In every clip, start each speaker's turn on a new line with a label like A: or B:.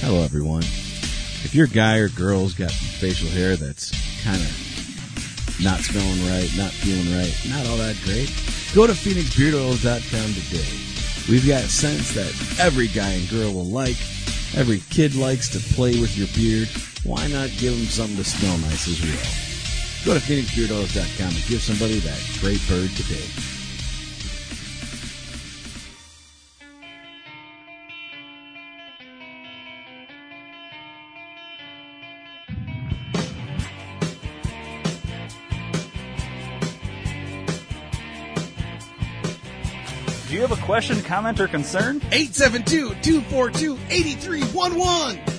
A: Hello, everyone. If your guy or girl's got facial hair that's kind of not smelling right, not feeling right, not all that great, go to PhoenixBeardOils.com today. We've got scents that every guy and girl will like. Every kid likes to play with your beard. Why not give them something to smell nice as well? Go to PhoenixBeardOils.com and give somebody that great bird today.
B: Do you have a question, comment, or concern?
C: 872 242 8311.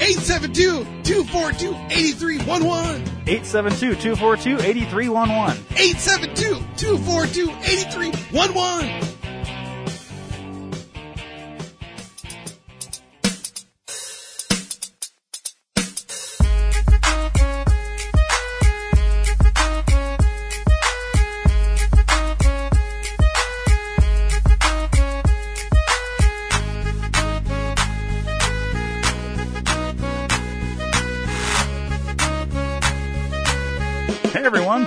C: 872 242 8311.
B: 872 242 8311.
C: 872 242 8311.
B: Hey everyone,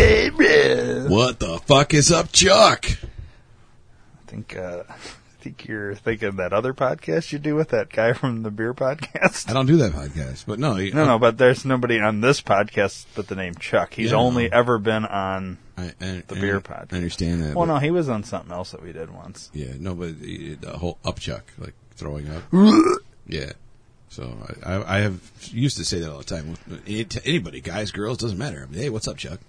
D: What the fuck is up, Chuck?
B: I think, uh, I think you're thinking of that other podcast you do with that guy from the beer podcast.
D: I don't do that podcast, but no,
B: No, no, but there's nobody on this podcast but the name Chuck. He's
D: Yeah.
B: only ever been on,
D: I, I,
B: The
D: I-
B: beer pod.
D: I understand that.
B: well,
D: but-
B: no, he was on something else that we did once.
D: Yeah, no, but the the whole upchuck, like throwing up. yeah. So I, I, I have used to say that all the time. Any- to Anybody, guys, girls, doesn't matter. hey, what's up, Chuck?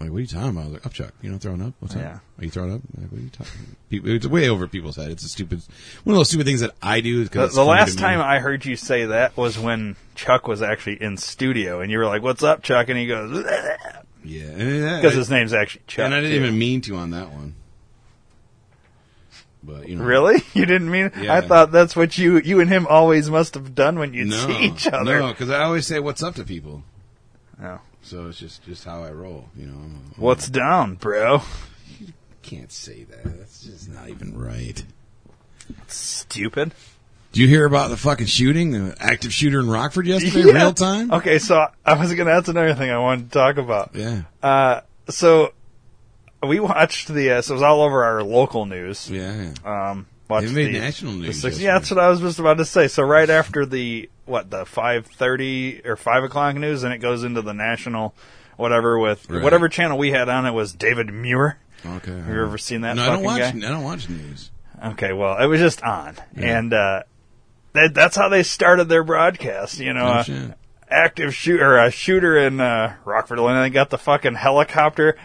D: I'm like, what are you talking about? I was like, upchuck. You know, throwing up. What's
B: Yeah.
D: up? Are you throwing up? I'm like, what are you talking? People, it's way over people's head. It's a stupid, one of those stupid things that I do. 'cause
B: The,
D: it's
B: the
D: funny to
B: last
D: me.
B: time I heard you say that was when Chuck was actually in studio, and you were like, "What's up, Chuck?" And he goes,
D: yeah, and,
B: "Because his name's actually Chuck."
D: and I didn't
B: too.
D: even mean to on that one. But you know,
B: Really? You didn't mean? I
D: Yeah.
B: thought that's what you you and him always must have done when you'd
D: no,
B: see each other.
D: no, because I always say what's up to people.
B: No.
D: So it's just just how I roll, you know. I'm a-
B: What's down, bro?
D: Can't say that. That's just not even right.
B: Stupid.
D: Do you hear about the fucking shooting, the active shooter in Rockford yesterday,
B: Yeah.
D: real time?
B: Okay, so I was gonna. That's another thing I wanted to talk about.
D: Yeah,
B: Uh, so we watched the. Uh, so it was all over our local news.
D: yeah,
B: Um, watched
D: It made
B: the-
D: national
B: the
D: news
B: six-
D: yesterday.
B: yeah, that's what I was just about to say. So right after the what the five thirty or five o'clock news, and it goes into the national, whatever with
D: Right.
B: whatever channel we had on it was David Muir.
D: yeah. Okay.
B: Have you ever seen that?
D: Uh-huh. no, I
B: fucking
D: don't watch.
B: guy?
D: I don't watch news.
B: Okay, well, it was just on, and uh, that, that's how they started their broadcast. You know,
D: Oh,
B: uh,
D: shit.
B: active shooter, a shooter in uh, Rockford, Illinois. They got the fucking helicopter,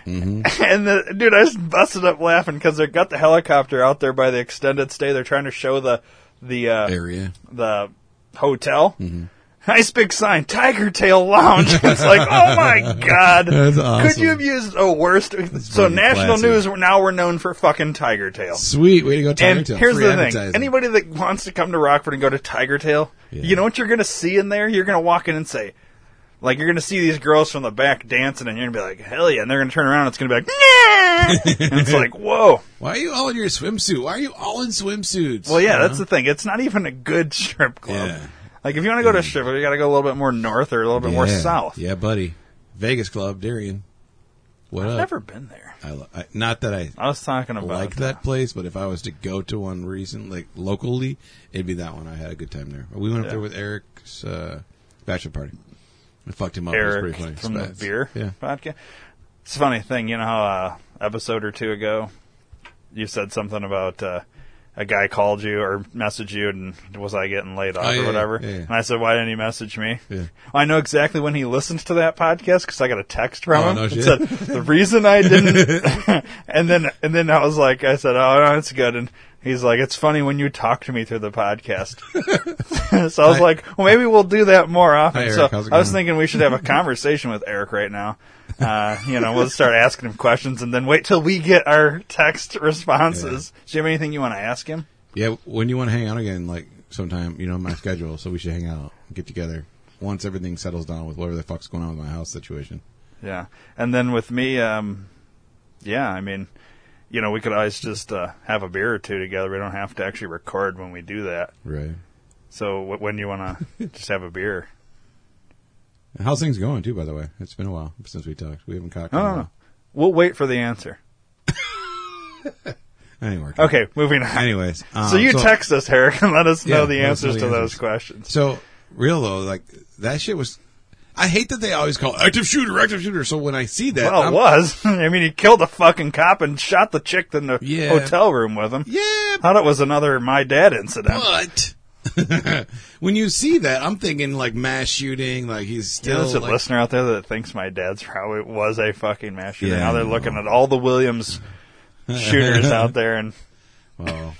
D: Mm-hmm.
B: and the dude, I just busted up laughing because they got the helicopter out there by the extended stay. They're trying to show the the uh,
D: area.
B: the hotel.
D: Mm-hmm.
B: Nice big sign, Tiger Tail Lounge. it's like, oh my god,
D: That's
B: could you have used a worse? so
D: fucking
B: national
D: classy.
B: news. Now we're known for fucking Tiger Tail.
D: Sweet way to go, Tiger
B: And
D: Tail.
B: here's
D: Free
B: the thing:
D: advertising.
B: anybody that wants to come to Rockford and go to Tiger Tail,
D: Yeah.
B: you know what you're going to see in there? You're going to walk in and say, like, you're going to see these girls from the back dancing, and you're going to be like, hell yeah! And they're going to turn around, and it's going to be like, nah! and it's like, whoa.
D: Why are you all in your swimsuit? Why are you all in swimsuits?
B: Well, yeah,
D: You
B: that's the
D: know?
B: thing. It's not even a good strip club.
D: Uh-huh. Yeah.
B: Like if you want to go to a strip club, you got to go a little bit more north or a little bit more
D: Yeah.
B: south.
D: Yeah, buddy. Vegas Club, Darien. What
B: I've
D: up?
B: never been there.
D: I, lo- I, not that I
B: I was talking about
D: like that place, but if I was to go to one recent, like locally, it'd be that one. I had a good time there. We went up
B: Yeah.
D: there with Eric's uh, bachelor party. I fucked him up. it was
B: Eric
D: pretty funny.
B: from the
D: Spats.
B: beer
D: Yeah.
B: podcast. It's a funny thing, you know how uh, episode or two ago you said something about uh, a guy called you or messaged you and was I getting laid off
D: Oh, yeah,
B: or
D: yeah,
B: whatever?
D: yeah, yeah.
B: And I said, why didn't he message me?
D: Yeah.
B: I know exactly when he listened to that podcast because I got a text from
D: Oh,
B: him.
D: no
B: that
D: shit.
B: said, the reason I didn't, and then and then I was like, I said, oh, no, it's good. And he's like, it's funny when you talk to me through the podcast. so I was
D: Hi.
B: like, well, maybe we'll do that more often.
D: Hi, Eric,
B: so
D: how's it
B: I was
D: going?
B: thinking we should have a conversation with Eric right now. Uh, you know, we'll start asking him questions and then wait till we get our text responses. Do you have anything you want to ask him?
D: Yeah, when you want to hang out again, like sometime, you know, my schedule, so we should hang out, get together once everything settles down with whatever the fuck's going on with my house situation.
B: Yeah. And then with me, um, yeah, I mean, you know, we could always just uh, have a beer or two together. We don't have to actually record when we do that.
D: Right.
B: So w- when do you want to just have a beer?
D: And how's things going too? By the way, it's been a while since we talked. We haven't cocked. in a
B: No, no, no.
D: while.
B: We'll wait for the answer.
D: Anyway.
B: Okay, moving on.
D: Anyways, um,
B: so you text us, Eric, and let us know
D: Yeah,
B: the
D: let us know
B: answers
D: the
B: to those
D: answers.
B: questions.
D: So real though, like that shit was. I hate that they always call active shooter, active shooter. So when I see that,
B: Well, it
D: I'm-
B: was. I mean, he killed a fucking cop and shot the chick in the
D: Yeah.
B: hotel room with him.
D: yeah,
B: Thought it was another my dad incident.
D: but when you see that, I'm thinking like mass shooting. Like he's
B: Yeah,
D: still
B: There's a
D: like,
B: listener out there that thinks my dad's probably was a fucking mass shooter.
D: Yeah,
B: now they're
D: no.
B: looking at all the Williams shooters out there, and
D: Well,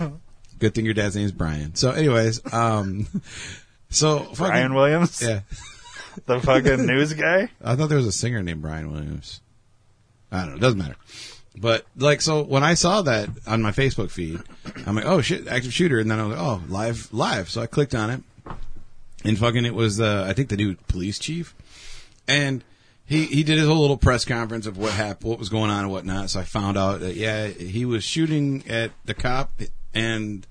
D: good thing your dad's name is Brian. So, anyways, um, so fucking,
B: Brian Williams,
D: Yeah,
B: the fucking news guy.
D: I thought there was a singer named Brian Williams. I don't know. It doesn't matter. But like, so when I saw that on my Facebook feed, I'm like, oh shit, active shooter, and then I was like, oh, live, live. So I clicked on it, and fucking, it was uh, I think the new police chief, and. He, he did his whole little press conference of what happened, what was going on and whatnot. So I found out that yeah, he was shooting at the cop and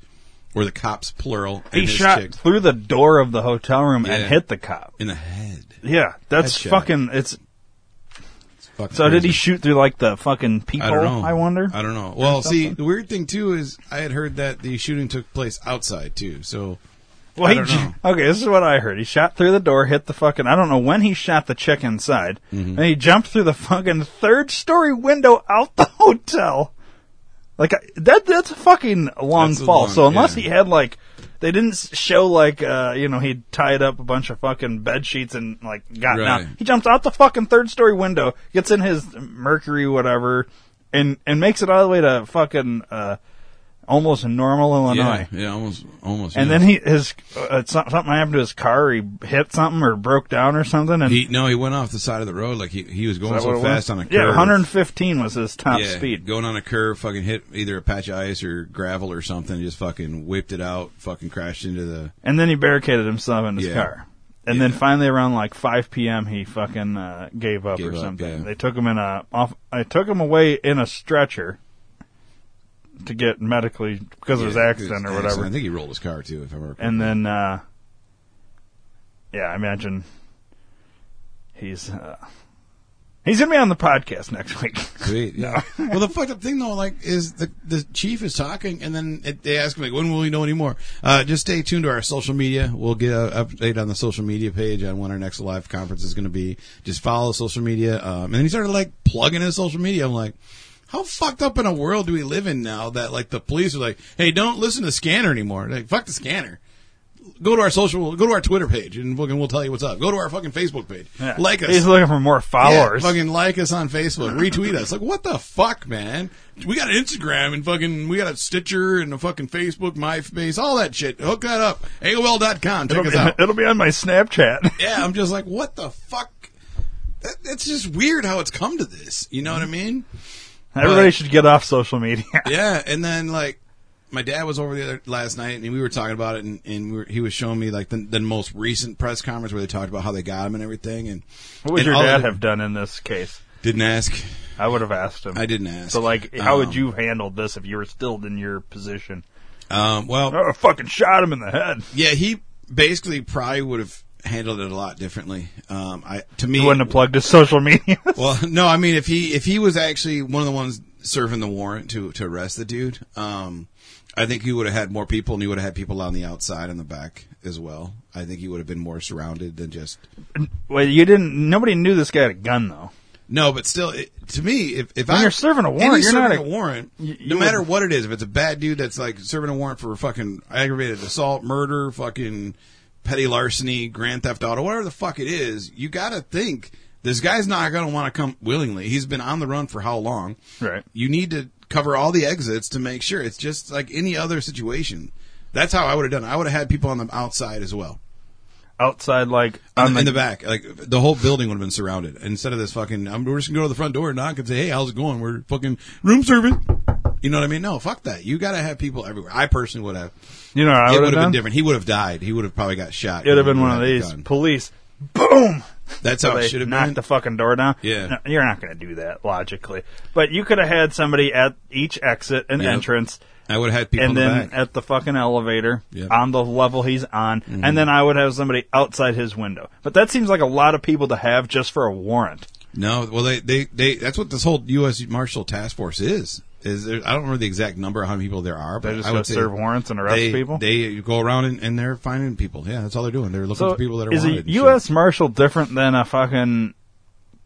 D: or the cops plural.
B: He
D: and his
B: shot
D: chick
B: through the door of the hotel room and
D: Yeah.
B: hit the cop.
D: in the head.
B: Yeah, that's
D: Headshot.
B: fucking. It's
D: It's fucking
B: so. Did
D: crazy.
B: he shoot through like the fucking
D: I
B: people?
D: don't know.
B: I, wonder.
D: I don't know. Well, see, the weird thing too is I had heard that the shooting took place outside too. So
B: well,
D: I
B: he
D: don't
B: j-
D: know.
B: okay. This is what I heard. He shot through the door, hit the fucking. I don't know when he shot the chick inside,
D: Mm-hmm.
B: and he jumped through the fucking third story window out the hotel. Like I, that. That's a fucking long
D: That's a
B: fall.
D: long-
B: so unless
D: yeah.
B: he had like. They didn't s- show like uh you know he tied up a bunch of fucking bed sheets and like got
D: Right.
B: out. He jumps out the fucking third story window, gets in his Mercury whatever, and and makes it all the way to fucking uh almost normal Illinois.
D: yeah, almost, almost.
B: Oh, And then he his uh, some- something happened to his car. He hit something or broke down or something. And
D: he no, he went off the side of the road like he he was going
B: Is that what
D: so
B: it
D: fast
B: was?
D: on a curve.
B: yeah, 115 was his top
D: Yeah,
B: speed.
D: going on a curve, fucking hit either a patch of ice or gravel or something, just fucking whipped it out, fucking crashed into the.
B: And then he barricaded himself in his
D: Yeah.
B: car. And then
D: Yeah.
B: finally around like 5 p.m. he fucking uh, gave up
D: Gave
B: or
D: up,
B: something.
D: yeah.
B: They took him in a off. I took him away in a stretcher to get medically because of his
D: Yeah,
B: accident or whatever.
D: I think he rolled his car too, if I remember.
B: And then, uh, yeah, I imagine he's uh, he's gonna be on the podcast next week.
D: Sweet. Yeah. well, the fucked up thing though, like, is the the chief is talking, and then it, they ask him like, "When will we know any more?" Uh, just stay tuned to our social media. We'll get an update on the social media page on when our next live conference is going to be. Just follow social media. Um, and then he started like plugging his social media. I'm like. How fucked up in a world do we live in now that like the police are like, hey, don't listen to scanner anymore. Like, fuck the scanner. Go to our social. Go to our Twitter page, and fucking we'll tell you what's up. Go to our fucking Facebook page.
B: Yeah.
D: Like us.
B: He's looking for more followers.
D: Yeah, fucking like us on Facebook. Retweet us. Like, what the fuck, man? We got an Instagram and fucking, we got a Stitcher and a fucking Facebook, MySpace, all that shit. Hook that up. AOL.com. Check
B: it'll,
D: us
B: be,
D: out.
B: it'll be on my Snapchat.
D: Yeah, I'm just like, what the fuck? That, that's just weird how it's come to this. You know what I mean?
B: Everybody
D: But-
B: should get off social media.
D: Yeah, and then like my dad was over the other last night, and we were talking about it, and, and we were, he was showing me like the, the most recent press conference where they talked about how they got him and everything. And
B: What would
D: and
B: your
D: all
B: dad
D: of it-
B: have done in this case?
D: Didn't ask.
B: I would have asked him.
D: I didn't ask.
B: So, like, how
D: Um,
B: would you handle this if you were still in your position?
D: Um, well,
B: Oh, I fucking shot him in the head.
D: yeah, he basically probably would have handled it a lot differently. Um, I to me,
B: He wouldn't have plugged his social media.
D: Well, no, I mean if he if he was actually one of the ones serving the warrant to to arrest the dude, um, I think he would have had more people, and he would have had people on the outside and the back as well. I think he would have been more surrounded than just
B: well, you didn't. Nobody knew this guy had a gun, though.
D: no. But still, it, to me, if if
B: When
D: I,
B: you're serving a
D: and
B: warrant,
D: he's
B: you're not
D: serving
B: a-
D: warrant.
B: you- you
D: no matter
B: would-
D: what it is, if it's a bad dude that's like serving a warrant for fucking aggravated assault, murder, fucking petty larceny, grand theft auto, whatever the fuck it is, you got to think. This guy's not going to want to come willingly. He's been on the run for how long?
B: Right.
D: you need to cover all the exits to make sure it's just like any other situation. That's how I would have done. it. I would have had people on the outside as well,
B: Outside, like, on
D: in,
B: the,
D: the, back. Like the whole building would have been surrounded instead of this fucking. I'm, we're just gonna go to the front door and knock and say, "Hey, how's it going?" We're fucking room serving. You know what I mean? No, fuck that. You gotta have people everywhere. I personally would have.
B: you know, what I
D: It
B: would have
D: would have been
B: done.
D: different. He would have died. He would have probably got shot.
B: It would have been
D: He
B: one of
D: would've had
B: these
D: the gun.
B: police. Boom.
D: That's
B: So
D: how it
B: they
D: should have
B: knocked
D: Oh, been.
B: the fucking door down.
D: Yeah.
B: No, you're not going to do that logically. But you could have had somebody at each exit and
D: Yep.
B: entrance,
D: I would have had people
B: and
D: in the
B: then
D: back.
B: at the fucking elevator
D: Yep. Mm-hmm.
B: on the level he's on, and then I would have somebody outside his window. But that seems like a lot of people to have just for a warrant.
D: No, well, they, they, they, that's what this whole U.S. Marshal Task Force is. Is there, I don't remember the exact number of how many people there are, but
B: They're just
D: I
B: going
D: would
B: to
D: say
B: serve warrants and arrest
D: they,
B: people.
D: They go around and, and they're finding people. Yeah, that's all they're doing. They're looking
B: so
D: for people that are
B: is
D: wanted.
B: a U.S. marshal different than a fucking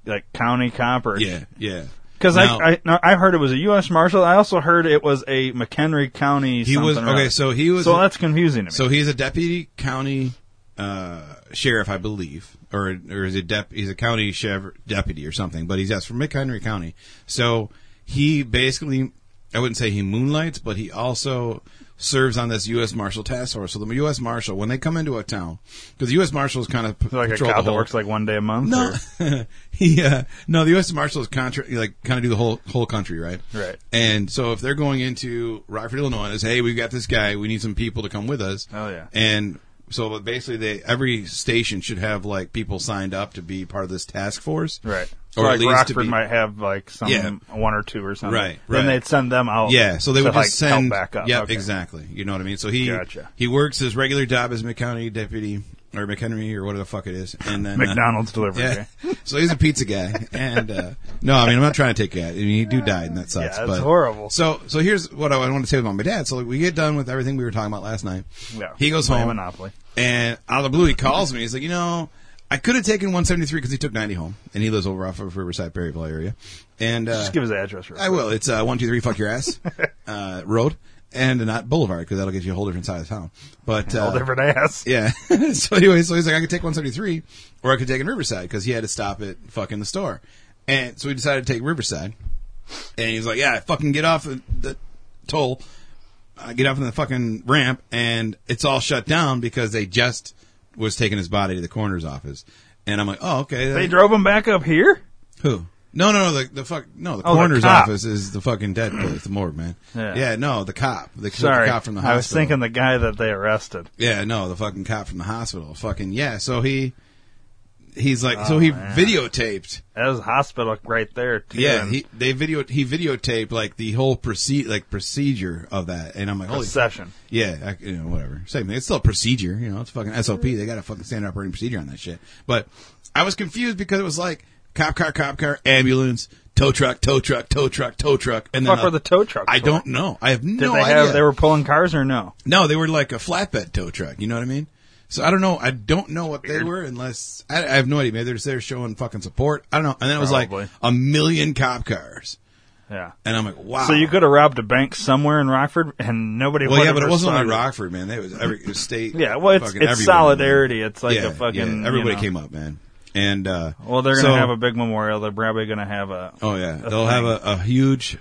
B: like county cop or
D: Yeah, yeah.
B: Because
D: Now,
B: I I, no, I heard it was a U.S. Marshal. I also heard it was a McHenry County.
D: he was
B: something or
D: okay.
B: other.
D: So he was.
B: so that's confusing to me.
D: So he's a deputy county uh, sheriff, I believe, or or is it dep- he's a county sheriff deputy or something. But he's that's from McHenry County. So he basically, I wouldn't say he moonlights, but he also serves on this U.S. Marshal Task Force. So the U.S. Marshal, when they come into a town, because the U.S. Marshals kind of p-
B: like a
D: patrol the
B: cop that
D: whole-
B: works like one day a month.
D: no,
B: or-
D: he uh, no. The U.S. Marshals contra- like kind of do the whole whole country, right?
B: Right.
D: And so if they're going into Rockford, Illinois, and say, "Hey, we've got this guy. We need some people to come with us."
B: Oh, yeah.
D: And so basically, they every station should have like people signed up to be part of this task force,
B: right. so
D: Or at
B: like
D: least
B: Rockford
D: to be,
B: might have like some
D: Yeah.
B: one or two or something.
D: Right,
B: Then
D: right.
B: they'd send them out.
D: Yeah, so they
B: to,
D: would just
B: like, help
D: send
B: back up.
D: Yeah,
B: Okay.
D: exactly. You know what I mean. So he
B: Gotcha.
D: he works his regular job as McCounty deputy or McHenry or whatever the fuck it is, and then uh,
B: McDonald's delivery.
D: Yeah. so he's a pizza guy, and uh, no, I mean I'm not trying to take that. I mean, he do died, and that sucks.
B: that's
D: but-
B: horrible.
D: So, so here's what I want to say about my dad. So like, we get done with everything we were talking about last night.
B: Yeah.
D: He goes
B: Play
D: home,
B: Monopoly.
D: and out of the blue, he calls me. He's like, you know, I could have taken 173 because he took 90 home, and he lives over off of Riverside Perryville area. And uh,
B: Just give his address. Real
D: I
B: quick.
D: will. It's uh, one two three fuck your ass uh, road, and not Boulevard because that'll get you a whole different side of town. But uh,
B: All different ass.
D: yeah. so anyway, so he's like, I could take 173 or I could take in Riverside because he had to stop at fucking the store. And so we decided to take Riverside. And he's like, yeah, I fucking get off the, the toll. I get off on the fucking ramp and it's all shut down because they just was taking his body to the coroner's office. And I'm like, oh, okay.
B: They drove him back up here.
D: Who? No, no, no. The, the fuck. No, the
B: Oh, the
D: coroner's
B: cop.
D: office is the fucking dead place, the morgue, man.
B: Yeah.
D: no, the cop. The,
B: Sorry,
D: the cop from the hospital.
B: I was thinking the guy that they arrested.
D: Yeah, no, the fucking cop from the hospital. Fucking yeah. So he he's like so he
B: Oh, man.
D: videotaped.
B: That was a hospital right there. Too,
D: Yeah,
B: and
D: he they video he videotaped like the whole proceed like procedure of that. And I'm like, holy
B: procession.
D: yeah, I, you know, whatever. Same thing. It's still a procedure. You know, it's fucking SOP.
B: Mm-hmm.
D: They got a fucking standard operating procedure on that shit. But I was confused because it was like cop car, cop car, ambulance, tow truck, tow truck, tow truck, tow truck, and
B: Fuck
D: then a-
B: were the tow trucks
D: I
B: for?
D: don't know. I have
B: Did
D: no
B: they
D: idea.
B: have? They were pulling cars or no?
D: No, they were like a flatbed tow truck. You know what I mean? So I don't know. I don't know what they were unless I, I have no idea. Maybe they're just there showing fucking support. I don't know. And then it was
B: Probably.
D: like a million cop cars.
B: Yeah.
D: And I'm like, wow.
B: So you could have robbed a bank somewhere in Rockford, and nobody.
D: Well,
B: would
D: yeah,
B: have
D: but it wasn't only
B: responded.
D: Rockford, man. It was every it was state.
B: Yeah, well, it's,
D: fucking
B: it's
D: everywhere,
B: solidarity.
D: man.
B: It's like
D: yeah,
B: a fucking.
D: yeah, everybody
B: you know.
D: came up, man. And uh,
B: Well, they're gonna
D: so-
B: have a big memorial. They're probably gonna have a.
D: Oh yeah,
B: a
D: they'll have
B: thing.
D: a, a huge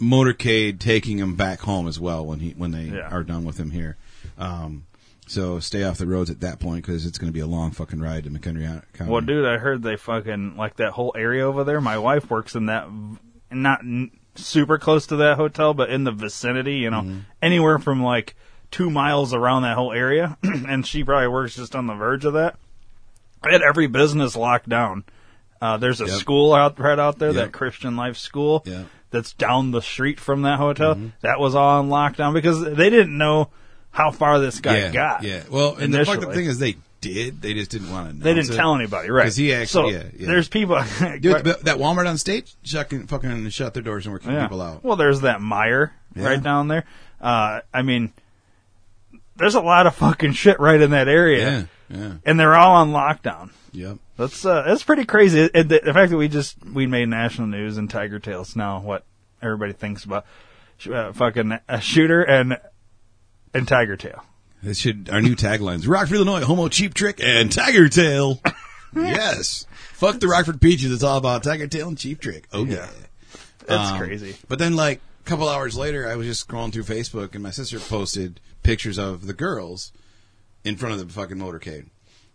D: motorcade taking him back home as well when he when they
B: Yeah.
D: are done with him here. Um, so stay off the roads at that point because it's going to be a long fucking ride to McHenry County.
B: Well, dude, I heard they fucking like that whole area over there. My wife works in that, v- not n- super close to that hotel, but in the vicinity. You know,
D: Mm-hmm.
B: anywhere from like two miles around that whole area, and she probably works just on the verge of that. I had every business locked down. Uh, there's a
D: Yep.
B: school out right out there, that
D: Yep.
B: Christian Life School,
D: Yep. Mm-hmm.
B: that's down the street from that hotel. That was all on lockdown because they didn't know how far this guy
D: yeah,
B: got.
D: yeah. Well, and the fucked up
B: initially.
D: thing is they did. They just didn't want to.
B: They didn't tell anybody, right?
D: 'Cause he actually-
B: so
D: yeah, yeah.
B: there's people.
D: Dude, but that Walmart on stage fucking fucking shut their doors and were kicking
B: Yeah.
D: people out.
B: Well, there's that mire
D: Yeah.
B: right down there. Uh, I mean, there's a lot of fucking shit right in that
D: yeah,
B: area,
D: yeah,
B: and they're all on lockdown.
D: yep.
B: That's uh, that's pretty crazy. It- it- the, the fact that we just we made national news and Tiger Tails now what everybody thinks about sh- uh, fucking a shooter and and Tiger Tail.
D: This should our new taglines: Rockford, Illinois, Homo Cheap Trick and Tiger Tail. yes, fuck the Rockford peaches. It's all about Tiger Tail and Cheap Trick. Oh yeah,
B: That's
D: Um,
B: crazy.
D: But then, like a couple hours later, I was just scrolling through Facebook, and my sister posted pictures of the girls in front of the fucking motorcade.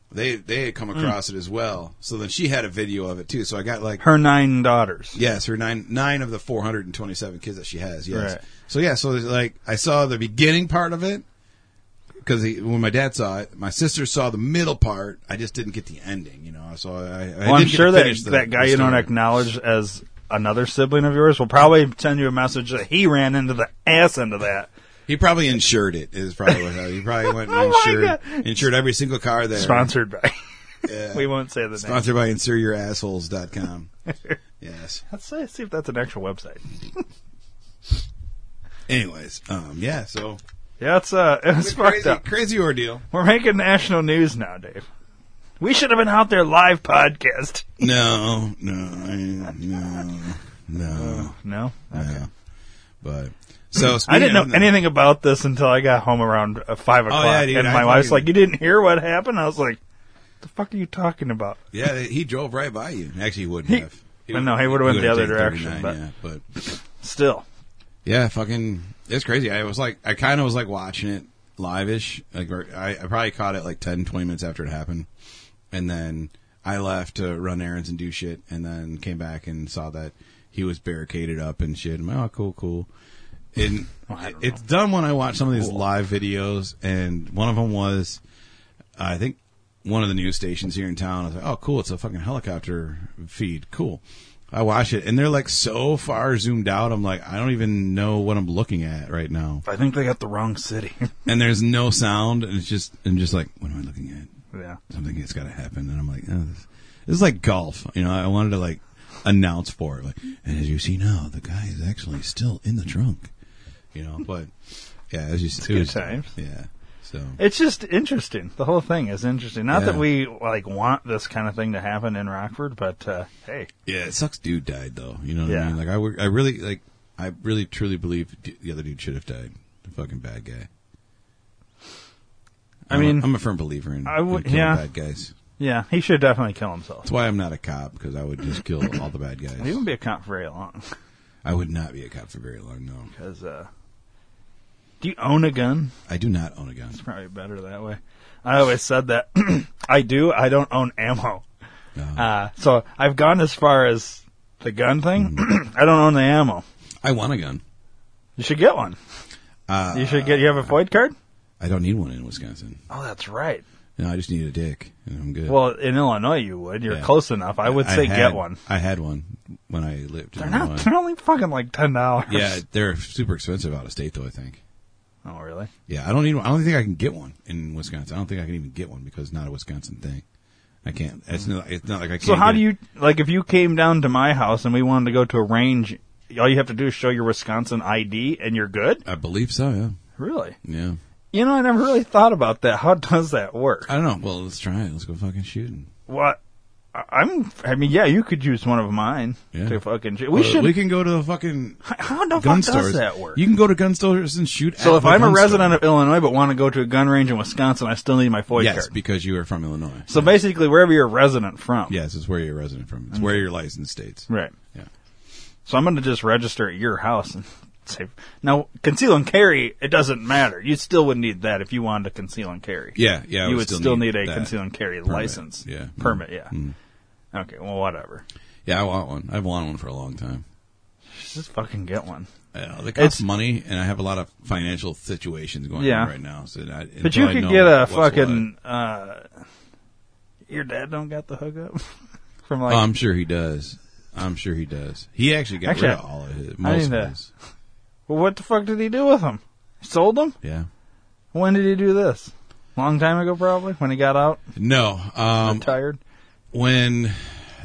D: They they had come
B: Hmm.
D: across it as well. So then she had a video of it too. So I got like
B: Her nine daughters.
D: Yes, her nine nine of the four hundred and twenty seven kids that she has. Yes.
B: Right.
D: So yeah, so there's, like I saw the beginning part of it because when my dad saw it, my sister saw the middle part. I just didn't get the ending, you know. So I, I
B: Well, I'm
D: didn't get
B: sure
D: to
B: that
D: finish the-
B: that guy
D: the
B: you don't
D: story.
B: acknowledge as another sibling of yours will probably send you a message that he ran into the ass into that.
D: He probably insured it. Is probably how he probably went and
B: Oh my
D: insured
B: God.
D: insured every single car there.
B: Sponsored by.
D: Yeah.
B: we won't say the name.
D: Sponsored by insureyourassholes.com. yes.
B: Let's say- see if that's an actual website.
D: Anyways, um, yeah. So
B: Yeah, it's uh, it was fucked
D: crazy,
B: up.
D: crazy ordeal.
B: We're making national news now, Dave. We should have been out there live podcast.
D: No, no, no, no.
B: No,
D: Yeah. But so
B: Oh, I didn't know
D: speaking of-
B: anything about this until I got home around uh, five o'clock,
D: dude,
B: and
D: I
B: my wife's
D: fucking-
B: like, "You didn't hear what happened?" I was like, "The fuck are you talking about?"
D: Yeah, he drove right by you. Actually, he wouldn't
B: He-
D: have.
B: Well, no, he would've went the other
D: taken
B: direction,
D: 39, yeah, but
B: Still,
D: yeah, fucking, it's crazy. I was like, I kind of was like watching it live-ish. Like, or I, I probably caught it like 10, 20 minutes after it happened, and then I left to run errands and do shit, and then came back and saw that he was barricaded up and shit. I'm like, oh, cool, cool. And
B: I don't
D: it's done when I watch some of these live videos, and one of them was. I think one of the news stations here in town. I was like, oh, cool, it's a fucking helicopter feed. Cool. I watch it, and they're like so far zoomed out. I'm like, I don't even know what I'm looking at right now.
B: I think they got the wrong city.
D: And there's no sound, and it's just, I'm just like, what am I looking at?
B: yeah,
D: Something that's got to happen. And I'm like, oh, this, this is like golf. You know, I wanted to like announce for it. Like, and as you see now, the guy is actually still in the trunk. You know, but yeah, as you see,
B: good
D: it was-
B: times.
D: Yeah. So
B: it's just interesting. The whole thing is interesting. Not that
D: Yeah.
B: we like want this kind of thing to happen in Rockford, but uh, hey,
D: Yeah, it sucks. Dude died though. You know what
B: Yeah.
D: I mean? Like I, wor- I really like. I really truly believe d- the other dude should have died. The fucking bad guy.
B: I
D: I'm
B: mean,
D: a, I'm a firm believer in,
B: I would-
D: in killing
B: yeah.
D: bad guys.
B: yeah, he should definitely kill himself.
D: That's why I'm not a cop because I would just kill all the bad guys.
B: He wouldn't be a cop for very long.
D: I would not be a cop for very long. No,
B: Because uh, do you own a gun?
D: I do not own a gun.
B: Probably better that way. I always said that I do. I don't own ammo.
D: No.
B: Uh, so I've gone as far as the gun thing.
D: Mm-hmm.
B: I don't own the ammo.
D: I want a gun.
B: You should get one.
D: Uh,
B: You should get. You have a Void card?
D: I don't need one in Wisconsin.
B: Oh, that's right.
D: No, I just need a dick, and I'm good.
B: Well, in Illinois, you would. You're
D: Yeah.
B: close enough. I would say
D: had-
B: get one.
D: I had one when I lived.
B: They're
D: in
B: not.
D: Illinois.
B: They're only fucking like ten dollars.
D: Yeah, they're super expensive out of state though. I think.
B: Oh, really?
D: Yeah, I don't even. I don't think I can get one in Wisconsin. I don't think I can even get one because it's not a Wisconsin thing. I can't. It's not. It's not like I can't.
B: So how do
D: get it.
B: you like if you came down to my house and we wanted to go to a range? All you have to do is show your Wisconsin ID and you're good.
D: I believe so. Yeah.
B: Really?
D: Yeah.
B: You know, I
D: Uh,
B: never really thought about that. How does that work?
D: I don't know. Well, let's try it. Let's go fucking shooting.
B: What? I- I'm. I mean, yeah, you could use one of mine
D: Yeah.
B: to fucking. We
D: Well,
B: should.
D: We can go to the fucking
B: how the
D: gun
B: fuck
D: stores.
B: does that work?
D: You can go to gun stores and shoot.
B: so
D: at
B: if
D: the
B: I'm a
D: gun
B: resident
D: store.
B: of Illinois but want to go to a gun range in Wisconsin, I still need my FOIA
D: yes,
B: card.
D: because you are from Illinois.
B: so basically, wherever you're a resident from.
D: yes, it's where you're a resident from.
B: Mm.
D: It's where your license states.
B: Right.
D: Yeah.
B: So I'm going to just register at your house and say, now conceal and carry. It doesn't matter. You still would need that if you wanted to conceal and carry.
D: Yeah, yeah. I
B: you would still, need, a
D: that.
B: conceal and carry license.
D: yeah. Mm-hmm.
B: Permit. Yeah. Okay. Well, whatever.
D: Yeah, I want one. I've wanted one for a long time.
B: Just fucking get one.
D: Uh, they cost money, and I have a lot of financial situations going
B: Yeah.
D: on right now. So I,
B: But
D: until
B: you
D: I
B: could
D: know
B: get a
D: what's what.
B: fucking. Uh, your dad don't got the hookup from like.
D: Oh, I'm sure he does. I'm sure he does. He actually got
B: Actually,
D: rid of all of his most
B: need
D: of
B: to-
D: his.
B: well, what the fuck did he do with them? Sold them?
D: Yeah.
B: When did he do this? Long time ago, probably. When he got out,
D: No. Um,
B: retired.
D: when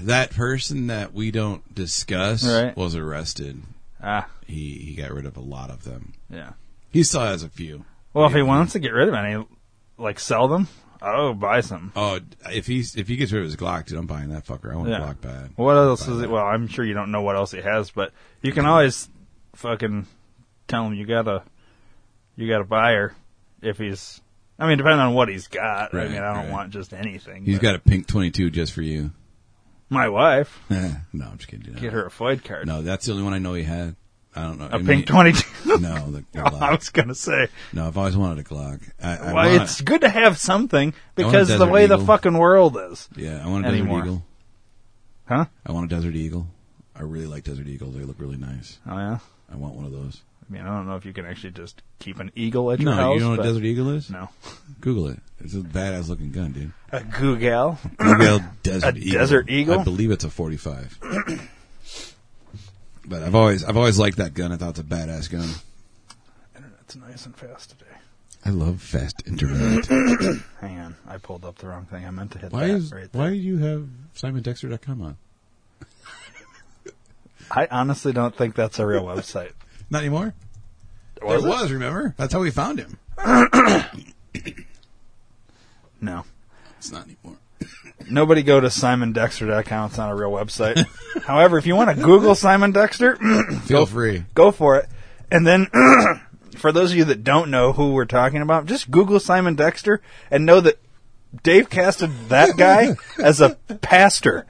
D: that person that we don't discuss
B: Right.
D: was arrested,
B: Ah,
D: he he got rid of a lot of them.
B: yeah.
D: He still has a few.
B: Well, if he wants to get rid of any, like sell them, oh, buy some.
D: Oh, if he's if he gets rid of his Glock, dude, I'm buying that fucker. I want
B: Yeah.
D: a Glock bad.
B: What else
D: Buy
B: is it?
D: that.
B: Well, I'm sure you don't know what else he has, but you can always fucking tell him you gotta you got a buyer if he's. I mean, depending on what he's got. I
D: Right,
B: mean, I don't
D: right.
B: want just anything.
D: He's
B: but-
D: got a pink 22 just for you.
B: my wife.
D: no, I'm just kidding. No.
B: Get her a Floyd card.
D: No, that's the only one I know he had. I don't know.
B: a pink twenty two.
D: No, the
B: I
D: Glock.
B: was gonna say,
D: no, I've always wanted a Glock. I, I
B: well,
D: want a-
B: it's good to have something
D: want a
B: because the
D: Desert
B: way the
D: Eagle.
B: fucking world is,
D: yeah, I want a
B: anymore.
D: Desert Eagle.
B: huh?
D: I want a Desert Eagle. I really like Desert Eagles. They look really nice.
B: Oh yeah.
D: I want one of those.
B: I mean, I don't know if you can actually just keep an eagle at your
D: No,
B: house.
D: you know what
B: but-
D: a Desert Eagle is?
B: No.
D: Google it. It's a badass looking gun, dude.
B: A Google.
D: Google Desert
B: A
D: Eagle.
B: Desert Eagle?
D: I believe it's a 45. but I've always I've always liked that gun. I thought it's a badass gun.
B: Internet's nice and fast today.
D: I love fast internet.
B: Hang on, I pulled up the wrong thing. I meant to hit
D: why
B: that
D: is
B: right there.
D: why do you have SimonDexter.com on?
B: I honestly don't think that's a real website.
D: Not anymore.
B: Was
D: there
B: it?
D: was, remember? That's how we found him.
B: No.
D: It's not anymore.
B: Nobody go to simondexter.com. It's not a real website. However, if you want to Google Simon Dexter,
D: Feel free.
B: go for it. And then, for those of you that don't know who we're talking about, just Google Simon Dexter and know that Dave casted that guy as a pastor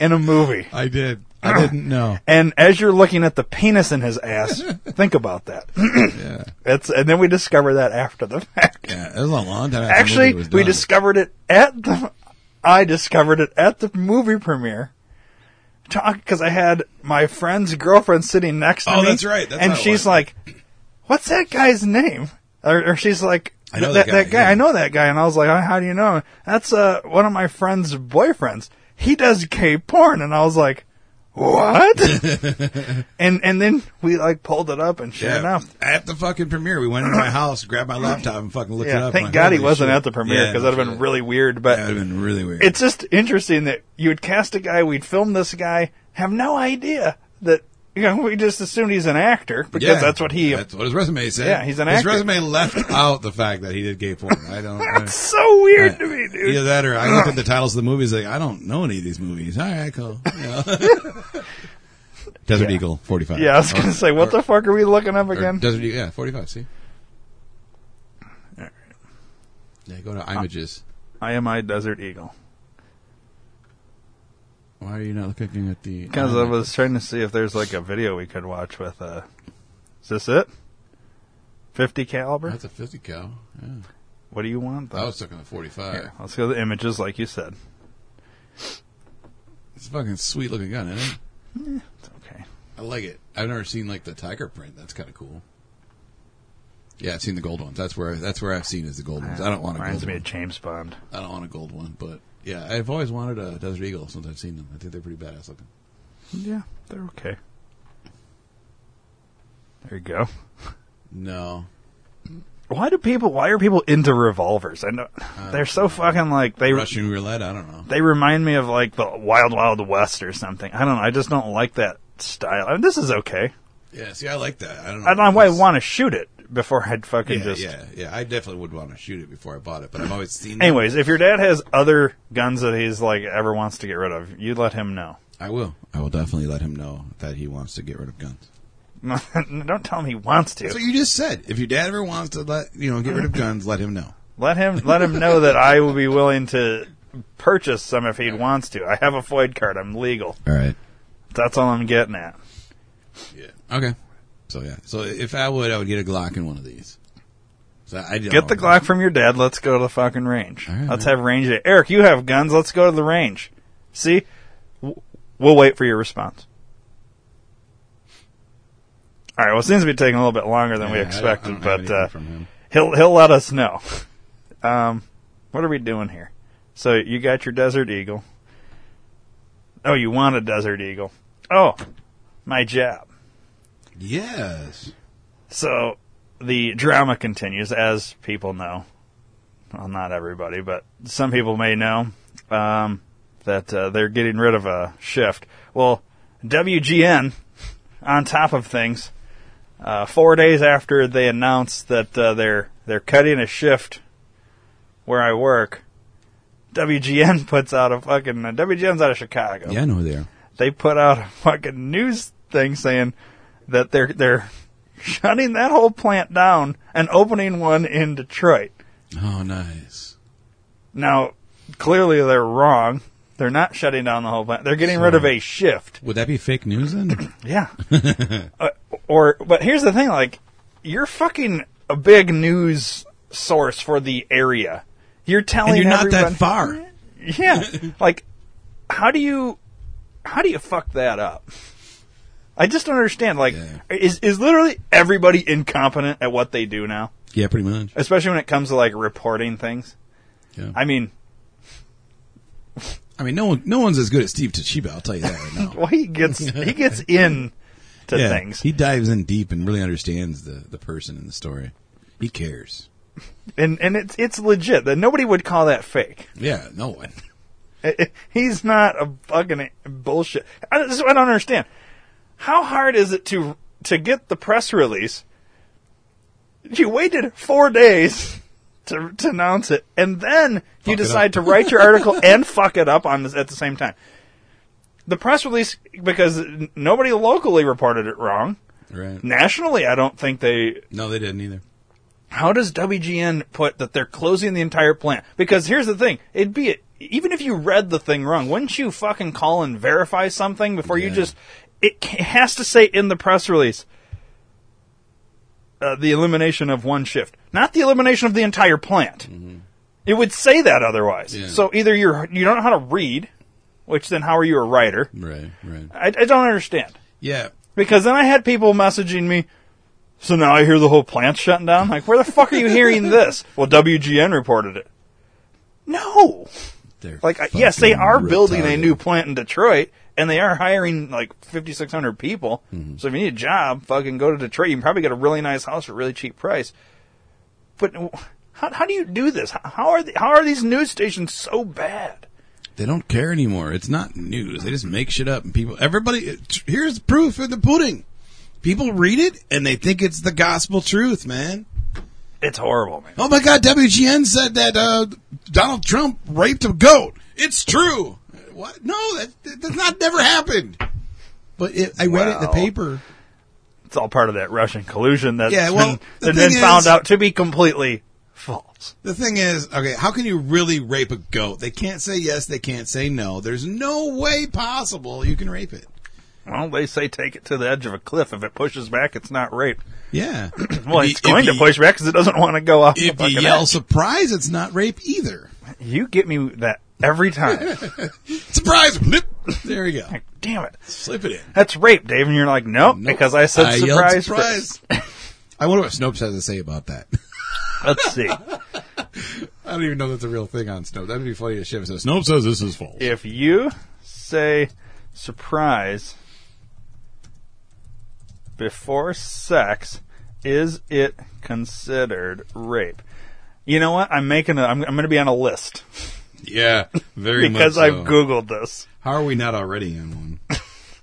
B: in a movie.
D: I did. I didn't know.
B: And as you're looking at the penis in his ass, think about that.
D: Yeah.
B: It's, and then we discover that after the fact.
D: Yeah, it was a long time. After
B: Actually,
D: the movie was
B: we
D: done.
B: discovered it at the. I discovered it at the movie premiere. Talk because I had my friend's girlfriend sitting next to
D: Oh,
B: me.
D: that's right. That's
B: and
D: how it
B: she's
D: was.
B: like, "What's that guy's name?" Or, or she's like,
D: I know
B: that,
D: that guy,
B: that guy.
D: yeah.
B: I know that guy." And I was like, "Oh, "How do you know?" him?" That's uh one of my friend's boyfriends. He does gay porn, and I was like, "What?" and and then we like pulled it up, and sure
D: Yeah.
B: enough,
D: At the fucking premiere, we went into my house, grabbed my laptop, and fucking looked it
B: yeah.
D: up.
B: Thank
D: I'm like,
B: God he
D: holy
B: wasn't
D: shit.
B: at the premiere
D: Yeah,
B: because that'd have been
D: shit.
B: really weird. But
D: That would have been really weird.
B: it's just interesting that you would cast a guy, we'd film this guy, have no idea that you know we just assumed he's an actor because
D: Yeah.
B: that's what he.
D: That's what his resume said.
B: Yeah, he's an
D: his
B: actor.
D: resume left out the fact that he did gay porn. I don't. I,
B: That's so weird
D: I-
B: to me, dude.
D: Either that, or I look at the titles of the movies. Like I don't know any of these movies. All right, cool. You know? Desert Eagle, forty-five.
B: Yeah, I was
D: Or-
B: gonna say, what
D: or-
B: the fuck are we looking up
D: or
B: again?
D: Desert Eagle, yeah, forty-five. See. Yeah, go to images.
B: I am I Desert Eagle
D: Why are you not looking at the?
B: because I was trying to see if there's like a video we could watch with. Uh, is this it? Fifty caliber.
D: That's a fifty cow. Yeah.
B: What do you want?
D: I
B: Though?
D: was looking at forty-five.
B: Here, let's go to the images, like you said.
D: It's a fucking sweet looking gun, isn't it?
B: It's okay.
D: I like it. I've never seen like the tiger print. That's kind of cool. Yeah, I've seen the gold ones. That's where that's where I've seen is the gold ones. I don't want a
B: Reminds
D: gold
B: me of
D: one.
B: James Bond.
D: I don't want a gold one, but yeah, I've always wanted a desert eagle since I've seen them. I think they're pretty badass looking.
B: Yeah, they're okay. There you go.
D: No,
B: Why do people? Why are people into revolvers? I know
D: Uh,
B: they're so fucking like they
D: Russian roulette. I don't know.
B: they remind me of like the Wild Wild West or something. I don't know. I just don't like that style. I mean, this is okay.
D: Yeah, see, I like that. I don't know.
B: I don't know why I
D: It's-
B: want to shoot it, before I'd fucking
D: Yeah,
B: just.
D: yeah, yeah. I definitely would want to shoot it before I bought it, but I've always seen. them.
B: Anyways, if your dad has other guns that he's like ever wants to get rid of, you let him know.
D: I will. I will definitely let him know that he wants to get rid of guns.
B: Don't tell him he wants to.
D: That's what you just said. If your dad ever wants to let you know get rid of guns, let him know.
B: Let him let him know that I will be willing to purchase some if he wants to. I have a Floyd card. I'm legal.
D: All right.
B: That's all I'm getting at.
D: Yeah. Okay. So yeah. So if I would, I would get a Glock in one of these. So I don't
B: Get the Glock from your dad. Let's go to the fucking range.
D: Oh, All right,
B: let's
D: man.
B: have range day. Eric, you have guns. Let's go to the range. See, W- we'll wait for your response. All right. Well, it seems to be taking a little bit longer than we
D: Yeah, I don't- I
B: expected,
D: don't have
B: but
D: anything
B: uh,
D: from him.
B: he'll he'll let us know. Um, what are we doing here? So you got your Desert Eagle. Oh, you want a Desert Eagle? Oh, my job.
D: yes.
B: So the drama continues, as people know. Well, not everybody, but some people may know um, that uh, they're getting rid of a shift. Well, WGN, on top of things, uh, four days after they announced that uh, they're they're cutting a shift where I work, WGN puts out a fucking uh, WGN's out of Chicago
D: Yeah, I know who they are.
B: they put out a fucking news thing saying that they're they're shutting that whole plant down and opening one in Detroit.
D: Oh, nice.
B: Now, clearly they're wrong. They're not shutting down the whole plant. They're getting rid of a shift.
D: Would that be fake news then?
B: Yeah. Uh, or but here's the thing like you're fucking a big news source for the area. You're telling
D: and you're not that
B: everyone-
D: far.
B: Yeah. like how do you how do you fuck that up? I just don't understand. Like
D: Yeah.
B: is is literally everybody incompetent at what they do now?
D: Yeah, pretty much.
B: Especially when it comes to like reporting things.
D: Yeah.
B: I mean,
D: I mean, no one, no one's as good as Steve Toshiba. I'll tell you that right now.
B: well he gets he gets in to
D: yeah,
B: things.
D: he dives in deep and really understands the the person in the story. He cares.
B: and and it's it's legit. That nobody would call that fake.
D: Yeah, no one.
B: He's not a fucking bullshit. I, this is what I don't understand. How hard is it to to get the press release? You waited four days to, to announce it, and then you
D: it up.
B: decide to write your article and fuck it up on this at the same time. The press release because n- nobody locally reported it wrong.
D: Right?
B: Nationally, I don't think they
D: No, they didn't either.
B: how does WGN put that they're closing the entire plant? Because here's the thing: it'd be even if you read the thing wrong, wouldn't you fucking call and verify something before you
D: Yeah.
B: just? It ca- has to say in the press release uh, the elimination of one shift, not the elimination of the entire plant. It would say that otherwise.
D: Mm-hmm. Yeah.
B: So either you're you don't know how to read, which then how are you a writer?
D: Right, right.
B: I, I don't understand.
D: Yeah,
B: Because then I had people messaging me, so now I hear the whole plant's shutting down? Like, where the fuck are you hearing this? Well, WGN reported it. No!
D: they're
B: Like, I- yes, they
D: fucking
B: are building a
D: retarded.
B: new plant in Detroit, and they are hiring like 5,600 people.
D: Mm-hmm.
B: So if you need a job, fucking go to Detroit. You can probably get a really nice house for a really cheap price. But w- how, how do you do this? How- How are, the, how are these news stations so bad?
D: They don't care anymore. It's not news. They just make shit up and people, everybody, here's proof in the pudding. People read it and they think it's the gospel truth, man.
B: It's horrible, man.
D: Oh my God, WGN said that, uh, Donald Trump raped a goat. It's true. What? No, that, that- that's not, never happened. But it, I read it in the
B: Wow.
D: paper.
B: it's all part of that Russian collusion that's
D: Yeah,
B: yeah,
D: well, the
B: been, then
D: thing
B: found
D: is-
B: out to be completely false.
D: The thing is, okay, how can you really rape a goat? They can't say yes, they can't say no. There's no way possible you can rape it.
B: Well, they say take it to the edge of a cliff. If it pushes back, it's not rape.
D: Yeah.
B: Well,
D: If
B: it's
D: you- if
B: going to
D: you-
B: push back because it doesn't want to go off.
D: If
B: the
D: you
B: fucking
D: yell surprise, it's not rape either.
B: edge. you get me that every time.
D: Surprise! Blip. There you go.
B: like, damn it,
D: Slip it in.
B: that's rape, Dave. And you're like, nope,
D: Nope.
B: because I said
D: yelled
B: surprise. first.
D: surprise. I wonder what Snopes has to say about that.
B: Let's see.
D: I don't even know that's a real thing on Snopes. That'd be funny as shit. if it says, Snopes says this is false.
B: if you say surprise before sex, is it considered rape? You know what? I'm making a. I'm, I'm going to be on a list
D: Yeah, very
B: because
D: much.
B: I've
D: so.
B: Googled this.
D: How are we not already on one?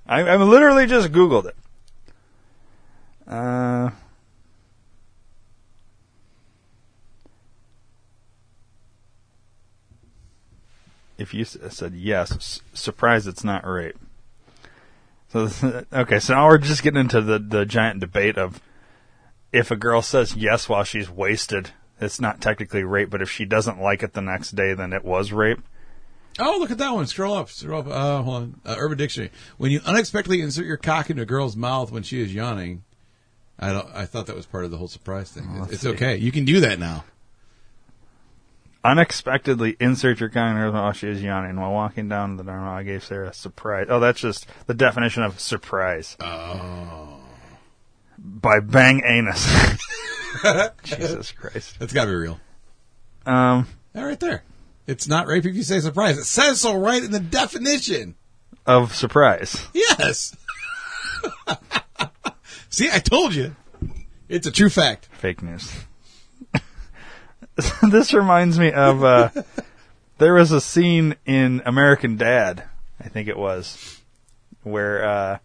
B: I, I've literally just Googled it. Uh, if you s- said yes, s- surprised it's not rape. So this- okay, so now we're just getting into the the giant debate of if a girl says yes while she's wasted, it's not technically rape, but if she doesn't like it the next day, then it was rape.
D: Oh, look at that one. Scroll up. Scroll up. Uh, hold on. Uh, Urban Dictionary. When you unexpectedly insert your cock into a girl's mouth when she is yawning, I don't. I thought that was part of the whole surprise thing.
B: Oh, let's
D: it's
B: see.
D: okay. You can do that now.
B: Unexpectedly insert your cock in her while she is yawning while walking down the normal. I gave Sarah a surprise. Oh, that's just the definition of surprise. Oh. By bang anus. Jesus Christ.
D: That's got to be real.
B: Um.
D: That right there. It's not rape if you say surprise. It says so right in the definition.
B: of surprise.
D: Yes. See, I told you. It's a true fact.
B: Fake news. this reminds me of uh, there was a scene in American Dad, I think it was, where uh,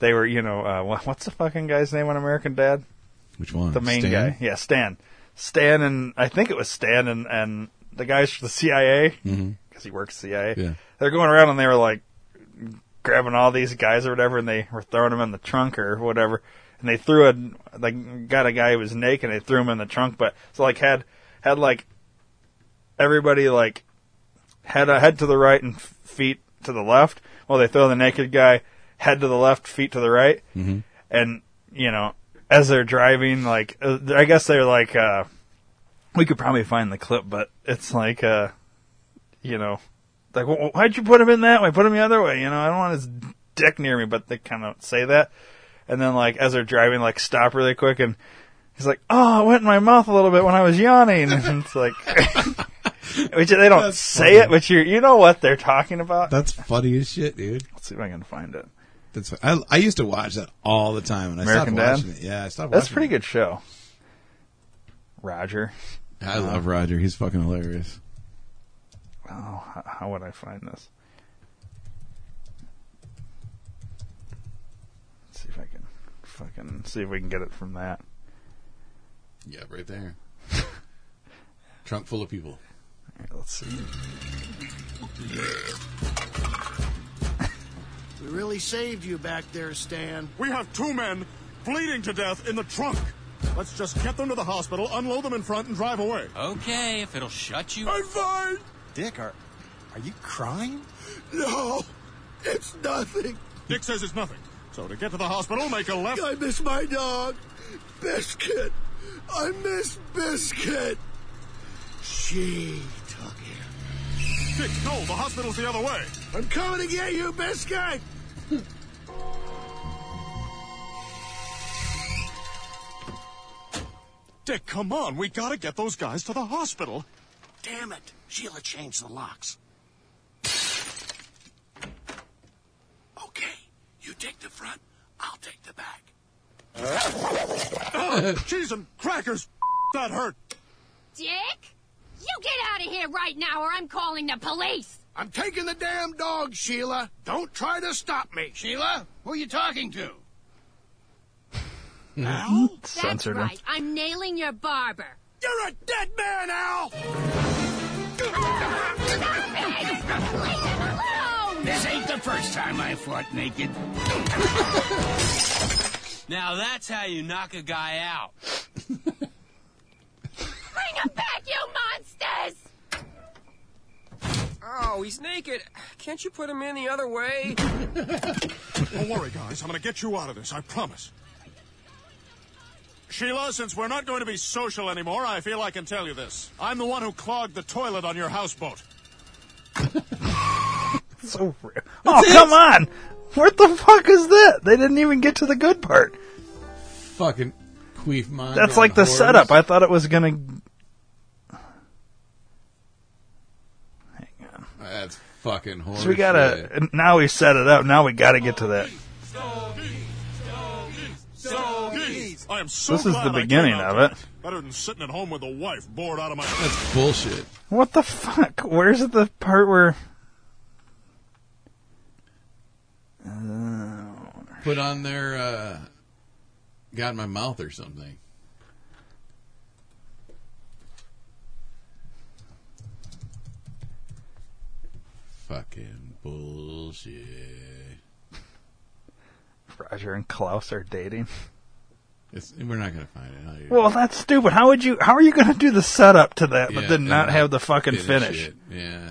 B: they were, you know, uh, wha- what's the fucking guy's name on American Dad?
D: Which one?
B: The main guy, yeah, Stan. Stan and I think it was Stan and and the guys from the CIA because he works CIA.
D: Yeah.
B: They're going around and they were like grabbing all these guys or whatever, and they were throwing them in the trunk or whatever. And they threw a like got a guy who was naked. and They threw him in the trunk, but so like had had like everybody like had a head to the right and f- feet to the left. Well, they throw the naked guy head to the left, feet to the right, mm-hmm. and you know as they're driving, like uh, I guess they're like uh, we could probably find the clip, but it's like uh, you know like, "Wh- why'd you put him in that way? Put him the other way. You know, I don't want his dick near me, but they kind of say that. And then, like, as they're driving, like, stop really quick, and he's like, oh, it went in my mouth a little bit when I was yawning. And it's like, which they don't
D: That's
B: say it, but you you know what they're talking about.
D: That's funny as shit, dude.
B: Let's see if I can find it.
D: That's fu- I, I used to watch that all the time, and I
B: American
D: stopped
B: Dad?
D: watching it. Yeah, I stopped.
B: That's a
D: watching
B: pretty
D: it.
B: good show. Roger.
D: I love Roger. He's fucking hilarious.
B: Oh, how, how would I find this? Let's see if I can fucking see if we can get it from that.
D: Yeah, right there. Trunk full of people.
B: Alright, let's see.
E: We really saved you back there, Stan.
F: We have two men bleeding to death in the trunk. Let's just get them to the hospital, unload them in front, and drive away.
G: Okay, if it'll shut you.
F: I'm fine.
H: Dick, are are you crying?
F: No.
E: It's nothing.
F: Dick says it's nothing. So to get to the hospital, make a left.
E: I miss my dog, Biscuit. I miss Biscuit. She took him.
F: Dick, no, the hospital's the other way.
E: I'm coming to get you, Biscuit.
F: Dick, come on. We gotta get those guys to the hospital.
E: Damn it. Sheila changed the locks. Okay, you take the front, I'll take the back.
F: Oh, Cheese and crackers. That hurt.
I: Dick? You get out of here right now or I'm calling the police!
E: I'm taking the damn dog, Sheila. Don't try to stop me. Sheila, who are you talking to? Al?
I: That's
B: Censored him.
I: right, I'm nailing your barber.
E: You're a dead man, Al!
I: Alone!
E: This ain't the first time I fought naked.
G: Now that's how you knock a guy out.
I: Bring him back, you monsters!
H: Oh, he's naked. Can't you put him in the other way?
F: Don't worry, guys. I'm gonna get you out of this. I promise. Sheila, since we're not going to be social anymore, I feel I can tell you this. I'm the one who clogged the toilet on your houseboat.
B: so real. Oh, come on! What the fuck is that? They didn't even get to the good part.
D: Fucking queef mine.
B: That's like the setup. I thought it was gonna. Hang on.
D: That's fucking horrible.
B: So we gotta. Now we set it up. Now we gotta get to that.
F: I am so
B: This is
F: glad
B: the
F: I came
B: beginning
F: out
B: of
F: tonight.
B: it.
F: Better than sitting at home with a wife bored out of my.
D: That's bullshit.
B: What the fuck? Where's the part where?
D: Put on their uh, got in my mouth or something. Fucking bullshit.
B: Roger and Klaus are dating.
D: It's, we're not gonna find it. I'll-
B: Well, that's stupid. How would you? How are you going to do the setup to that, but
D: Yeah,
B: then not
D: and
B: have the fucking
D: finish
B: finish?
D: it. Yeah.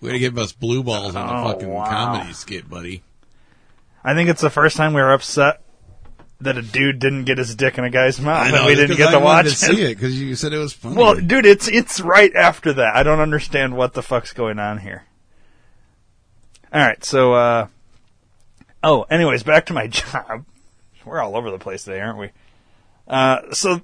D: Way to give us blue balls on the
B: Oh,
D: fucking
B: wow.
D: comedy skit, buddy.
B: I think it's the first time we were upset that a dude didn't get his dick in a guy's mouth, and we didn't
D: because
B: get
D: I
B: to watch
D: wanted to see
B: it.
D: it because you said it was funny.
B: Well, dude, it's it's right after that. I don't understand what the fuck's going on here. All right, so uh oh, anyways, back to my job. We're all over the place today, aren't we? Uh so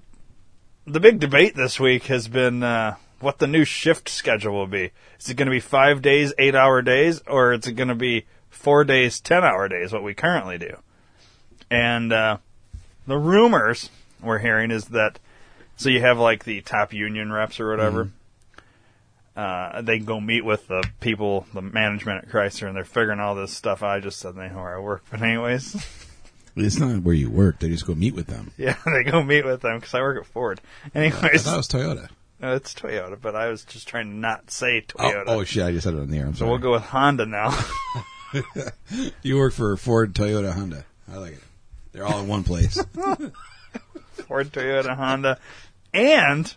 B: the big debate this week has been uh what the new shift schedule will be. Is it going to be 5 days 8-hour days or is it going to be 4 days 10-hour days what we currently do? And uh the rumors we're hearing is that so you have like the top union reps or whatever.
D: Mm-hmm.
B: Uh, they can go meet with the people, the management at Chrysler, and they're figuring all this stuff. out. I just said they know where I work, but anyways,
D: it's not where you work. They just go meet with them.
B: yeah, they go meet with them because I work at Ford.
D: I
B: Anyways,
D: thought it was Toyota.
B: no, it's Toyota, but I was just trying to not say
D: Oh,
B: Toyota.
D: oh shit! I just said it on the air. I'm
B: so
D: sorry.
B: we'll go with Honda now.
D: You work for Ford, Toyota, Honda. I like it. They're all in one place.
B: Ford, Toyota, Honda, and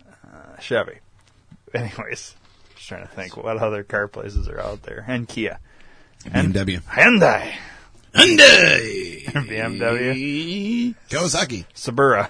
B: uh, Chevy. Anyways, just trying to think what other car places are out there, and Kia, and
D: BMW,
B: Hyundai,
D: Hyundai,
B: BMW,
D: Kawasaki.
B: Suburra.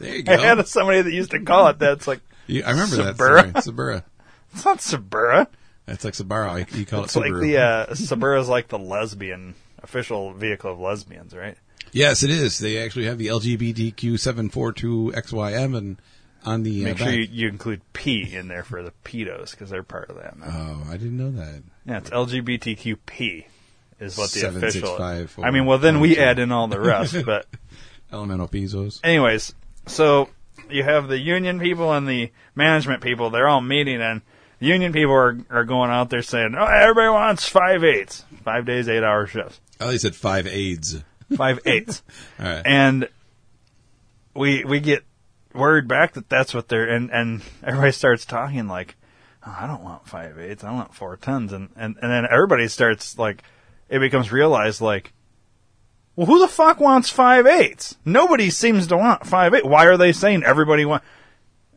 D: There you
B: I
D: go.
B: had somebody that used to call it that. It's like
D: You- I remember that.
B: Suburra.
D: Subaru. Subaru.
B: it's not Suburra.
D: That's like Subaru. You call
B: It's
D: it
B: like
D: Subaru.
B: the uh, Suburra is like the lesbian official vehicle of lesbians, right?
D: Yes, it is. They actually have the LGBTQ seven four two XYM and on the uh,
B: Make sure
D: back.
B: you, you include P in there for the pedos because they're part of that. Now.
D: Oh, I didn't know that.
B: Yeah, it's LGBTQP is what the
D: Seven, six,
B: official.
D: five, four,
B: I mean, well, then we
D: one, two.
B: add in all the rest. but
D: Elemental Bezos.
B: anyways, so you have the union people and the management people. They're all meeting, and the union people are are going out there saying, "Oh, everybody wants five eights, five days, eight hour shifts,
D: At least said five AIDS.
B: five eights.
D: All right.
B: and we we get word back that that's what they're and and everybody starts talking like oh, I don't want five eights I want four tons and and and then everybody starts like it becomes realized like well who the fuck wants five eights nobody seems to want five eight why are they saying everybody want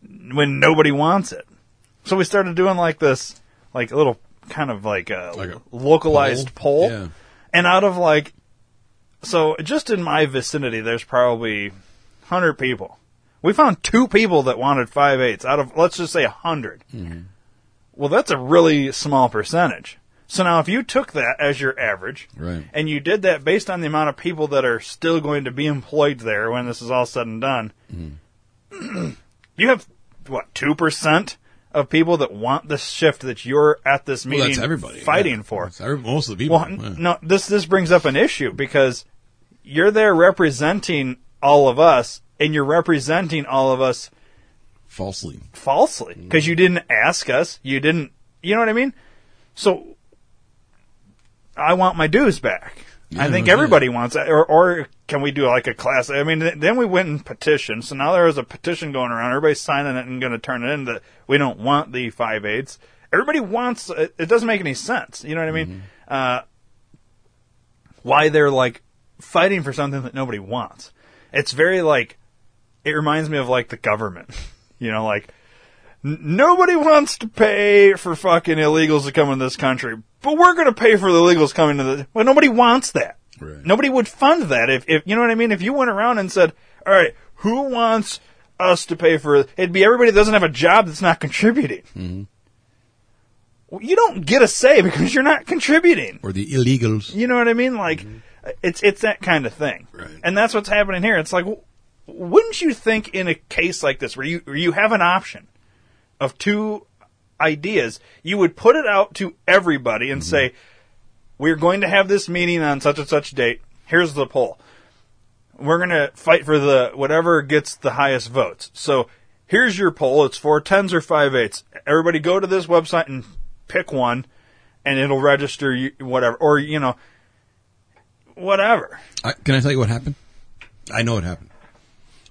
B: when nobody wants it so we started doing like this like a little kind of like uh, a,
D: Like a
B: localized poll,
D: poll? Yeah.
B: and out of like so just in my vicinity, there's probably 100 people. We found two people that wanted five eighths out of, let's just say 100.
D: Mm-hmm.
B: Well, that's a really small percentage. So now if you took that as your average,
D: Right.
B: and you did that based on the amount of people that are still going to be employed there when this is all said and done,
D: Mm-hmm.
B: you have, what, 2%? Of people that want this shift that you're at this
D: Well,
B: meeting
D: that's everybody.
B: fighting
D: Yeah.
B: for.
D: It's every- most of the people.
B: Well,
D: Yeah.
B: n- no, this this brings up an issue because you're there representing all of us, and you're representing all of us
D: Falsely.
B: falsely
D: Mm-hmm.
B: because you didn't ask us, you didn't, you know what I mean? So I want my dues back. I
D: Yeah,
B: think
D: yeah.
B: everybody wants that, or or can we do like a class? I mean, th- then we went and petitioned. So now there was a petition going around. Everybody's signing it and going to turn it in that we don't want the five eights. Everybody wants. It it doesn't make any sense. You know what I
D: Mm-hmm.
B: mean? Uh, why they're like fighting for something that nobody wants? It's very like. It reminds me of like the government. You know, like Nobody wants to pay for fucking illegals to come into this country, but we're going to pay for the illegals coming to the. Well, nobody wants that.
D: Right.
B: Nobody would fund that if, if you know what I mean. If you went around and said, "All right, who wants us to pay for?" It'd be everybody that doesn't have a job that's not contributing. Well, you don't get a say because you're not contributing.
D: Or the illegals.
B: You know what I mean? Like, it's it's that kind of thing,
D: Right.
B: and that's what's happening here. It's like, w- wouldn't you think in a case like this where you where you have an option of two ideas, you would put it out to everybody and say, "We're going to have this meeting on such and such date. Here's the poll. We're going to fight for the whatever gets the highest votes." So. Here's your poll. It's four tens or five eights. Everybody go to this website and pick one, and it'll register you, whatever. Or, you know, whatever.
D: I, can I tell you what happened? I know what happened.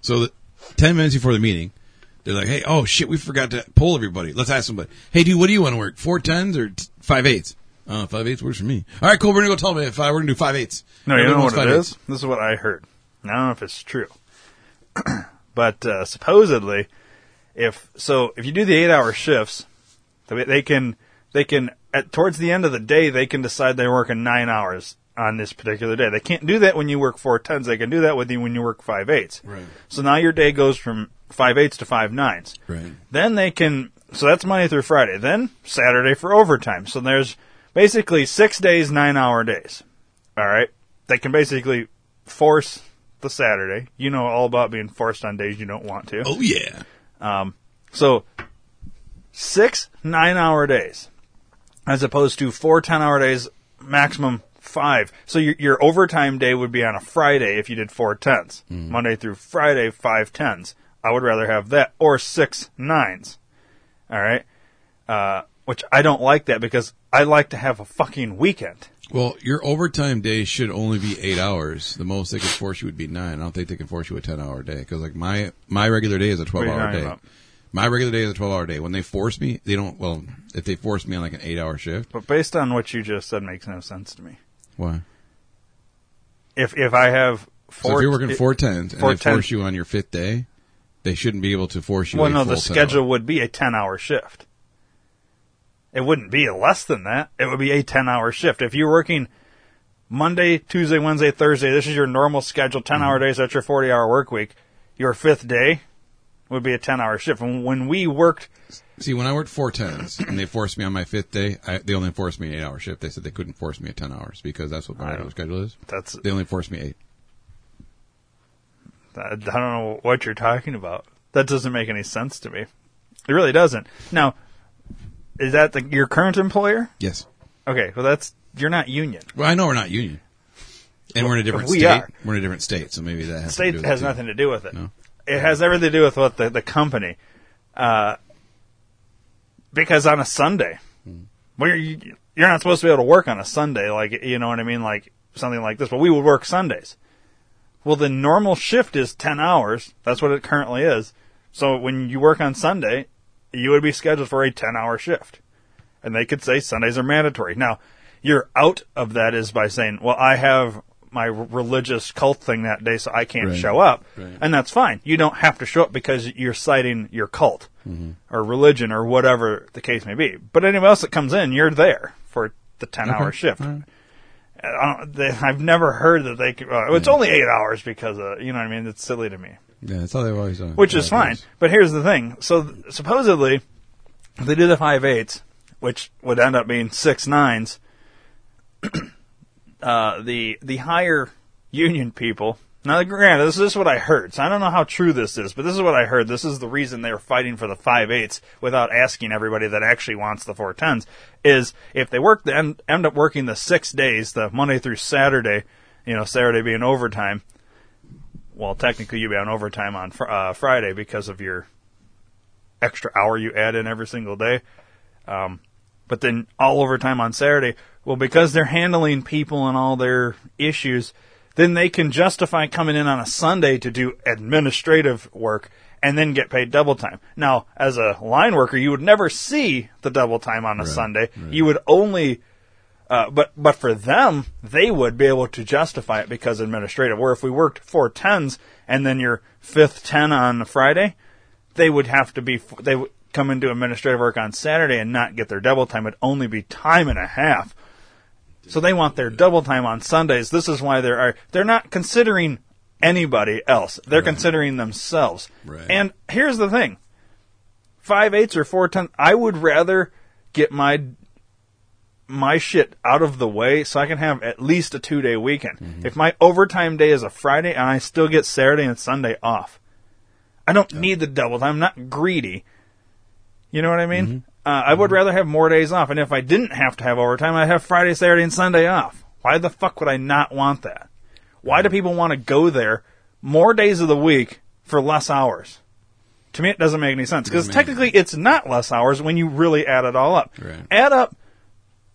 D: So, the, ten minutes before the meeting, They're like, hey, oh shit, we forgot to poll everybody. Let's ask somebody. Hey, dude, what do you want to work? Four tens or t- five eights? Uh, five eights works for me. All right, cool. We're gonna go tell me if uh, we're gonna do five eights.
B: No, you
D: Everyone
B: know
D: wants
B: what it
D: five
B: is?
D: eights.
B: This is what I heard. I don't know if it's true. but uh, supposedly, if so, if you do the eight-hour shifts, they they can they can at towards the end of the day they can decide they're working nine hours on this particular day. They can't do that when you work four tens. They can do that with you when you work five eights.
D: Right.
B: So now your day goes from five eights to five nines.
D: Right.
B: Then they can. So that's Monday through Friday. Then Saturday for overtime. So there's basically six days, nine hour days. All right. They can basically force the Saturday. You know all about being forced on days you don't want to.
D: Oh yeah.
B: So six nine hour days as opposed to four 10 hour days, maximum five. So your, your overtime day would be on a Friday if you did four tens. Monday through Friday, five tens. I would rather have that or six nines. All right. Uh, which I don't like that because I like to have a fucking weekend.
D: Well, your overtime day should only be eight hours. The most they could force you would be nine. I don't think they can force you a ten hour day because like my my regular day is a twelve
B: you
D: hour
B: talking
D: day.
B: about?
D: My regular day is a twelve hour day. When they force me, they don't. Well, if they force me on like an eight hour shift,
B: But based on what you just said, makes no sense to me.
D: why?
B: If if I have
D: So
B: four,
D: if you're working
B: it-
D: four tens and
B: four
D: they force
B: tens.
D: you on your fifth day, they shouldn't be able to force you.
B: Well,
D: a
B: no,
D: full
B: the
D: 10
B: schedule
D: hour.
B: would be a 10 hour shift. It wouldn't be less than that. It would be a 10 hour shift. If you're working Monday, Tuesday, Wednesday, Thursday, this is your normal schedule, 10
D: Mm-hmm.
B: hour days, that's your 40 hour work week. Your fifth day would be a 10 hour shift. And when we worked,
D: See, when I worked four tens and they forced me on my fifth day, I, they only forced me an eight hour shift. They said they couldn't force me at ten hours because that's what my regular schedule is.
B: that's,
D: They only forced me eight.
B: I don't know what you're talking about. That doesn't make any sense to me. It really doesn't. Now, is that the, your current employer?
D: Yes.
B: Okay, well, that's, you're not union.
D: Well, I know we're not union, and we're in a different
B: we
D: state.
B: are.
D: We're in a different state, so maybe that has
B: state
D: to do with
B: has
D: it, too.
B: nothing to do with it.
D: No?
B: It has everything to do with what the, the company. Uh, because on a Sunday,
D: Hmm.
B: well, you're, you're not supposed to be able to work on a Sunday, like you know what I mean, like something like this. But we would work Sundays. Well, the normal shift is ten hours. That's what it currently is. So when you work on Sunday, you would be scheduled for a ten-hour shift, and they could say Sundays are mandatory. Now, you're out of that is by saying, "Well, I have my r- religious cult thing that day, so I can't
D: Right.
B: show up,"
D: Right.
B: and that's fine. You don't have to show up because you're citing your cult
D: Mm-hmm.
B: or religion or whatever the case may be. But anyone else that comes in, you're there for the ten-hour shift. I don't, they, I've never heard that they could. Uh, it's only eight hours because of you know what I mean. It's silly to me,
D: Yeah, that's how they've always uh, done. it.
B: which
D: Yeah,
B: is
D: it
B: fine. But here's the thing: so th- supposedly, if they do the five eights, which would end up being six nines. uh, the the higher union people. Now, granted, this is what I heard, so I don't know how true this is, but this is what I heard. This is the reason they're fighting for the five eighths without asking everybody that actually wants the four tens. Is if they work the end, end up working the six days, the Monday through Saturday, you know, Saturday being overtime. Well, technically, you'd be on overtime on fr- uh, Friday because of your extra hour you add in every single day. Um, but then all overtime on Saturday, well, because they're handling people and all their issues, then they can justify coming in on a Sunday to do administrative work and then get paid double time. Now, as a line worker, you would never see the double time on a Sunday. You would only uh, but but for them, they would be able to justify it because administrative. Where if we worked four tens and then your fifth ten on Friday, they would have to be they would come and do administrative work on Saturday and not get their double time. It'd only be time and a half. So they want their double time on Sundays. This is why there are they're not considering anybody else. They're considering themselves.
D: Right.
B: And here's the thing. Five eights or four ten I would rather get my my shit out of the way so I can have at least a two day weekend. If my overtime day is a Friday and I still get Saturday and Sunday off, I don't need the double time. I'm not greedy. You know what I mean? Uh, I would rather have more days off. And if I didn't have to have overtime, I'd have Friday, Saturday, and Sunday off. Why the fuck would I not want that? Why do people want to go there more days of the week for less hours? To me, it doesn't make any sense because technically it's not less hours when you really add it all up.
D: Right.
B: Add up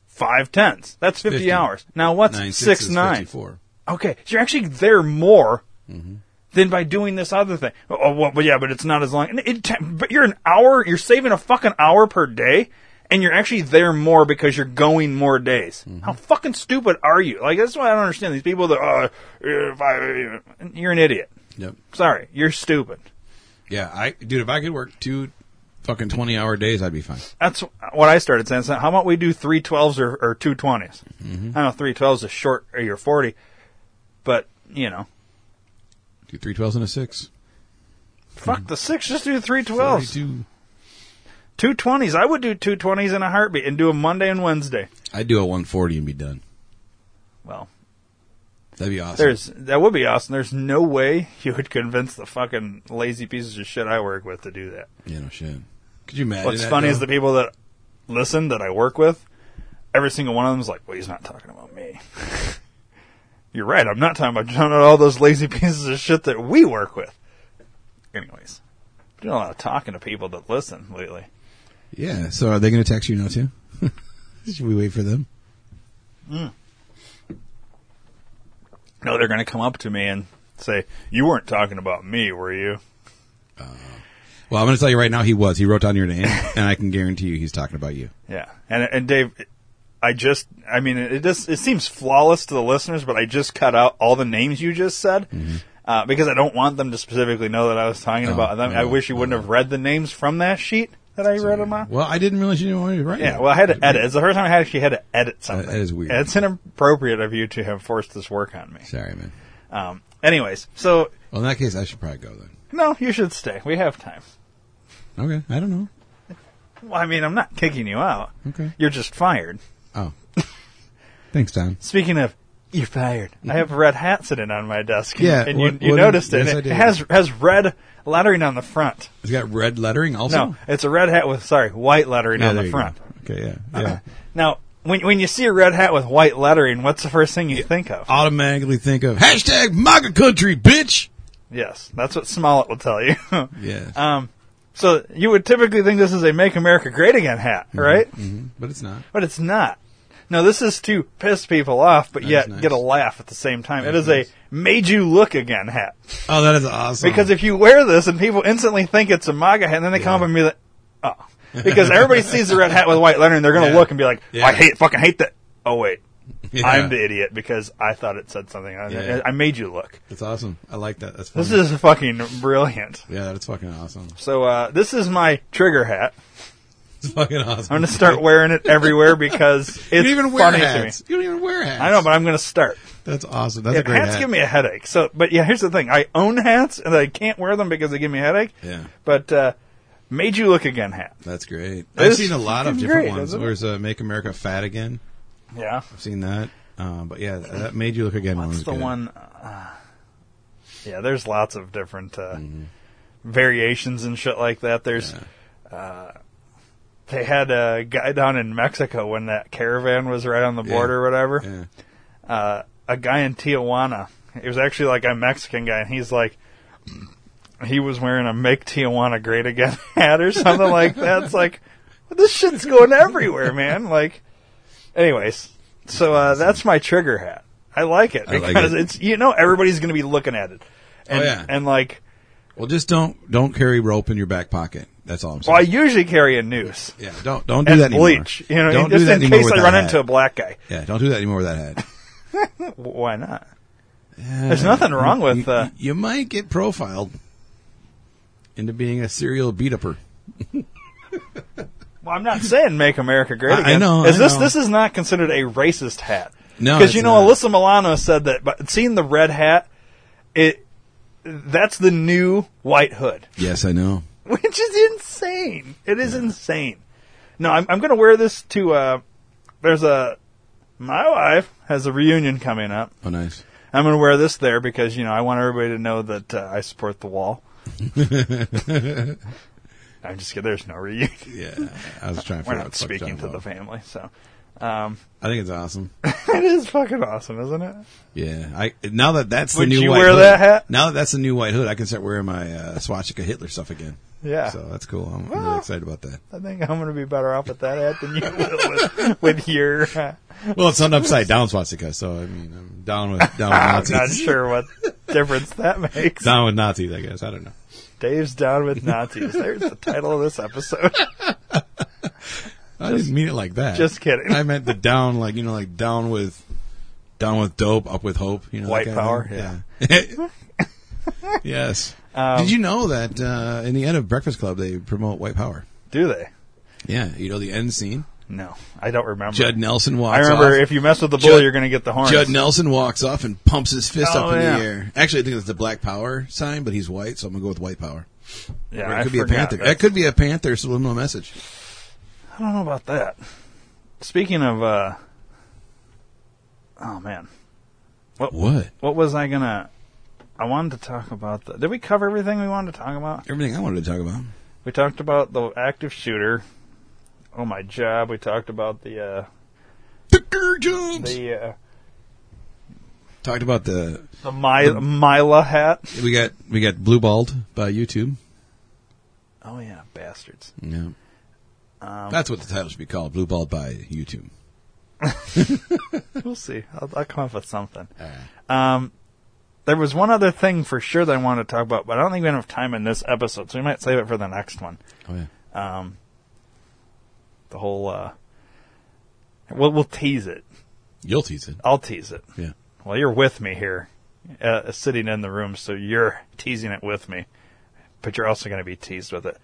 B: five tenths. That's 50,
D: 50.
B: hours. Now what's
D: Nine
B: six
D: is
B: nine?
D: 54.
B: Okay, so you're actually there more than by doing this other thing. Oh, well, but yeah, but it's not as long. And It, ta- but you're an hour. You're saving a fucking hour per day, and you're actually there more because you're going more days. How fucking stupid are you? Like that's why I don't understand these people that uh, if I, you're an idiot.
D: Yep.
B: Sorry, you're stupid.
D: Yeah, I dude, if I could work two fucking twenty hour days, I'd be fine.
B: That's what I started saying. So how about we do three twelves or, or two twenties? I know three twelves is short or you're forty, but you know,
D: Do three twelves and a six.
B: fuck the six. Just do three twelves,
D: 42.
B: two twenties. I would do two twenties in a heartbeat and do a Monday and Wednesday.
D: I'd do a one forty and be done.
B: Well,
D: That'd be awesome.
B: there's that would be awesome. There's no way you would convince the fucking lazy pieces of shit I work with to do that.
D: you know shit. Could you imagine?
B: What's
D: that,
B: funny
D: though?
B: is the people that listen that I work with, every single one of them is like, well, he's not talking about me. You're right. I'm not talking about talking about all those lazy pieces of shit that we work with. Anyways, i doing a lot of talking to people that listen lately.
D: Yeah. So are they going to text you now too? Should we wait for them?
B: No, they're going to come up to me and say, you weren't talking about me, were you?
D: Well, I'm going to tell you right now. He was. He wrote down your name, and I can guarantee you, he's talking about you.
B: Yeah, and and Dave, I just, I mean, it just it seems flawless to the listeners, but I just cut out all the names you just said uh, because I don't want them to specifically know that I was talking
D: Mm-hmm. Oh,
B: about them. I
D: no,
B: wish you wouldn't have read the names from that sheet that I read them on.
D: Well, I didn't realize you didn't want me to write.
B: Yeah,
D: it.
B: well, I had to edit. It's the first time I actually had to edit something.
D: that is weird.
B: And It's inappropriate of you to have forced this work on me.
D: Sorry, man.
B: Um, anyways, so
D: Well, in that case, I should probably go then.
B: no, you should stay. We have time.
D: Okay. I don't know.
B: Well, I mean, I'm not kicking you out.
D: Okay.
B: You're just fired.
D: Oh. Thanks, Tom.
B: Speaking of, you're fired. I have a red hat sitting on my desk. and-
D: Yeah,
B: and you,
D: what-
B: you
D: what-
B: noticed it.
D: yes, I
B: it
D: did.
B: has has red lettering on the front.
D: It's got red lettering also.
B: No, it's a red hat with sorry white lettering
D: Yeah,
B: on
D: there
B: the
D: you
B: front.
D: go. Okay. Yeah. Yeah.
B: Now, when when you see a red hat with white lettering, what's the first thing you think of?
D: Automatically think of hashtag MAGA country, bitch.
B: Yes, that's what Smollett will tell you.
D: Yes.
B: Um, so you would typically think this is a "Make America Great Again" hat,
D: Mm-hmm.
B: right?
D: But it's not.
B: But it's not. No, this is to piss people off, but
D: That is
B: yet
D: nice.
B: get a laugh at the same time.
D: That
B: it
D: is
B: is
D: nice.
B: a "Made You Look Again" hat.
D: Oh, that is awesome.
B: Because if you wear this and people instantly think it's a MAGA hat, and then they come up and be like, oh. Because everybody sees the red hat with white lettering, they're going to
D: Yeah.
B: look and be like,
D: Yeah.
B: I hate, fucking hate that. Oh, wait.
D: Yeah.
B: I'm the idiot because I thought it said something. I,
D: Yeah. Mm-hmm.
B: I made you look.
D: That's awesome. I like that. That's funny.
B: This is fucking brilliant.
D: yeah, that's fucking awesome.
B: So, uh, this is my trigger hat.
D: It's fucking awesome.
B: I'm going to start wearing it everywhere because it's
D: you don't even wear
B: funny
D: hats.
B: to me.
D: You don't even wear hats.
B: I know, but I'm going to start.
D: that's awesome. That's a
B: If
D: great
B: hats
D: hat.
B: give me a headache. So, but yeah, here's the thing: I own hats, and I can't wear them because they give me a headache.
D: Yeah.
B: But uh, made you look again hat.
D: that's great.
B: It's
D: I've seen a lot of
B: fucking
D: different
B: great,
D: ones.
B: isn't it?
D: There's uh, Make America Fat Again.
B: Yeah.
D: I've seen that. Um, but yeah, that made you look again. one
B: What's
D: was
B: the
D: good.
B: one? Uh, yeah, there's lots of different uh,
D: Mm-hmm.
B: variations and shit like that. There's. Uh, they had a guy down in Mexico when that caravan was right on the
D: Yeah.
B: border or whatever.
D: Yeah.
B: Uh, a guy in Tijuana. It was actually like a Mexican guy, and he's like, he was wearing a "Make Tijuana Great Again" hat or something like that. It's like this shit's going everywhere, man. Like, anyways, so uh, that's my trigger hat. I like it
D: I like
B: because
D: it. Oh,
B: it's you know everybody's going to be looking at it, and
D: yeah.
B: and like
D: Well, just don't don't carry rope in your back pocket. That's all I'm
B: well,
D: saying.
B: I usually carry a noose
D: yeah, don't don't do
B: and
D: that anymore.
B: bleach, you know,
D: don't
B: just
D: do that
B: in
D: anymore
B: case
D: with
B: I
D: that
B: run
D: hat.
B: into a black guy.
D: Yeah, don't do that anymore with that hat.
B: W- Why not? There's nothing wrong with.
D: You-
B: Uh,
D: you, might get profiled into being a serial beat upper.
B: Well, I'm not saying "Make America Great
D: I- I
B: Again."
D: know,
B: Is
D: I
B: this
D: know.
B: this is not considered a racist hat?
D: No,
B: because
D: it's
B: you know
D: not.
B: Alyssa Milano said that. But seeing the red hat, it that's the new white hood,
D: Yes, I know.
B: which is insane. It is insane. No, I'm I'm going to wear this to. Uh, there's a my wife has a reunion coming up.
D: Oh, nice.
B: I'm going to wear this there because you know I want everybody to know that uh, I support the wall. I'm just kidding. There's no reunion.
D: Yeah, I was trying to
B: We're
D: figure out. what
B: not
D: the fuck
B: speaking
D: John
B: to the
D: Paul-
B: family, so. Um,
D: I think it's awesome.
B: It is fucking awesome, isn't it?
D: Yeah, I now that that's the
B: Would
D: new.
B: you
D: white
B: wear
D: hood,
B: that hat?
D: Now that that's the new white hood, I can start wearing my uh, swastika Hitler stuff again.
B: Yeah.
D: so that's cool. I'm, I'm
B: Well.
D: really excited about that.
B: I think I'm going to be better off with that hat than you will with, with your. Uh,
D: Well, it's an upside down swastika, so I mean, I'm down with down with
B: I'm not
D: Nazis.
B: sure what. difference that makes.
D: Down with Nazis, I guess. I don't know.
B: Dave's down with Nazis. There's the title of this episode.
D: I didn't mean it like that.
B: just kidding.
D: I meant the down, like you know, like down with, down with dope, up with hope. You know, that
B: White
D: kind
B: power,
D: of thing? Yeah. yes.
B: Um,
D: Did you know that uh, in the end of Breakfast Club they promote white power?
B: Do they?
D: Yeah, you know the end scene.
B: No, I don't remember.
D: Judd Nelson walks.
B: I remember
D: off.
B: if you mess with the bull,
D: Judd-
B: you're going to get the horns.
D: Judd Nelson walks off and pumps his fist
B: Oh,
D: up in
B: yeah.
D: the air. Actually, I think that's the Black Power sign, but he's white, so I'm gonna go with White Power.
B: yeah,
D: Or it
B: I
D: could be a
B: forgot
D: Panther.
B: that.
D: That could be a Panther subliminal message.
B: I don't know about that. Speaking of, uh, oh man,
D: What?
B: what was I gonna? I wanted to talk about the. Did we cover everything we wanted to talk about?
D: Everything I wanted to talk about.
B: We talked about the active shooter. Oh my job. We talked about the uh,
D: Picker Jobs.
B: the uh,
D: Talked about the
B: the My, Mila hat.
D: we got we got blue balled by YouTube.
B: Oh yeah, bastards.
D: Yeah.
B: Um,
D: That's what the title should be called, Blue Balled by YouTube.
B: We'll see. I'll, I'll come up with something. Um, there was one other thing for sure that I wanted to talk about, but I don't think we have enough time in this episode, so we might save it for the next one.
D: Oh yeah.
B: Um, the whole uh, we'll, we'll tease it.
D: You'll tease it.
B: I'll tease it.
D: Yeah.
B: Well, you're with me here, uh, sitting in the room, so you're teasing it with me, but you're also going to be teased with it.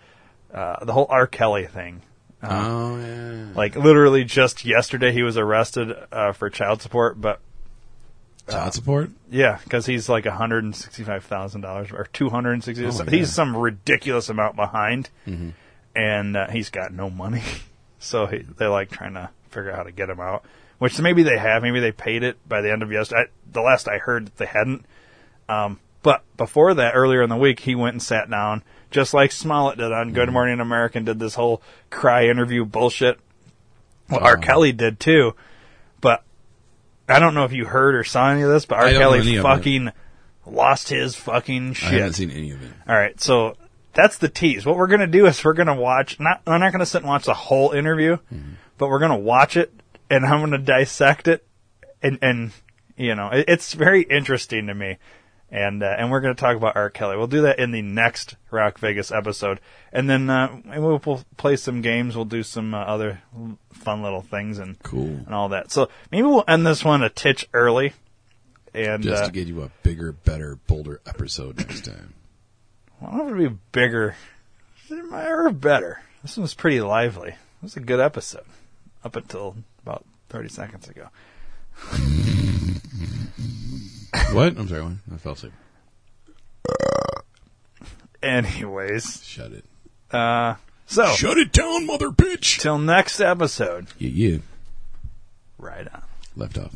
B: Uh, the whole R. Kelly thing. Uh,
D: Oh yeah.
B: Like literally just yesterday, he was arrested uh, for child support, but uh,
D: Child support?
B: Yeah, because he's like one hundred and sixty-five thousand dollars or two hundred and sixty.
D: Oh,
B: so
D: yeah. Mm-hmm.
B: He's some ridiculous amount behind, and uh, he's got no money. So he, they're like trying to figure out how to get him out. Which maybe they have. Maybe they paid it by the end of yesterday. I, the last I heard, they hadn't. Um, but before that, earlier in the week, he went and sat down, just like Smollett did on
D: Mm-hmm.
B: Good Morning America, and did this whole cry interview bullshit. Well,
D: Oh.
B: R. Kelly did too, but I don't know if you heard or saw any of this, but R.
D: I don't know any
B: Kelly
D: of it.
B: fucking lost his fucking
D: I haven't
B: shit.
D: seen any of it.
B: All right, so that's the tease. What we're gonna do is we're gonna watch. Not we're not gonna sit and watch the whole interview,
D: Mm-hmm.
B: but we're gonna watch it, and I'm gonna dissect it, and and you know it, it's very interesting to me, and uh, and we're gonna talk about R. Kelly. We'll do that in the next Rock Vegas episode, and then uh, and we'll, we'll play some games. We'll do some uh, other l- fun little things and
D: Cool.
B: and all that. So maybe we'll end this one a titch early, and
D: Just
B: uh,
D: to get you a bigger, better, bolder episode next time.
B: I don't know if it'd be bigger or better. This one was pretty lively. It was a good episode up until about 30 seconds ago.
D: what? I'm sorry, what? I fell asleep.
B: Anyways,
D: Shut it.
B: so
D: Shut it down, mother bitch.
B: till next episode,
D: Yeah, yeah.
B: right on.
D: Left off.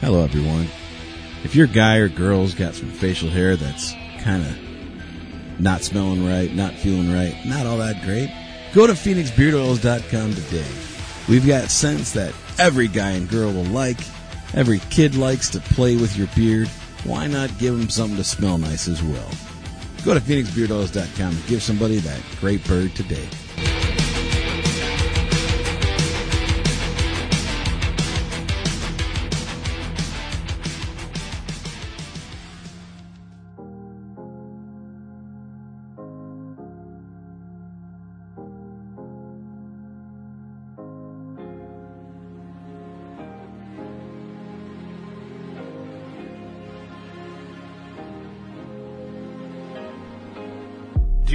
A: Hello, everyone. If your guy or girl's got some facial hair that's kind of not smelling right, not feeling right, not all that great, go to PhoenixBeardOils.com today. We've got scents that every guy and girl will like. Every kid likes to play with your beard. Why not give them something to smell nice as well? Go to PhoenixBeardOils.com and give somebody that great bird today.
B: Do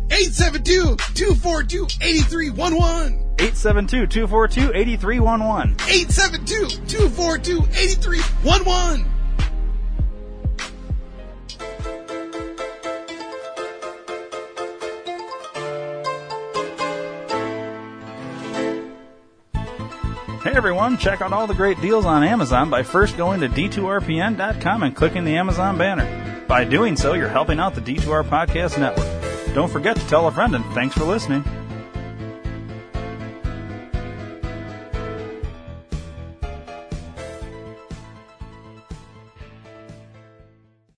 C: 872 242 8311.
B: 872 242 8311.
C: 872 242 8311.
B: Hey everyone, check out all the great deals on Amazon by first going to d2rpn.com and clicking the Amazon banner. By doing so, you're helping out the D2R Podcast Network. Don't forget to tell a friend and thanks for listening.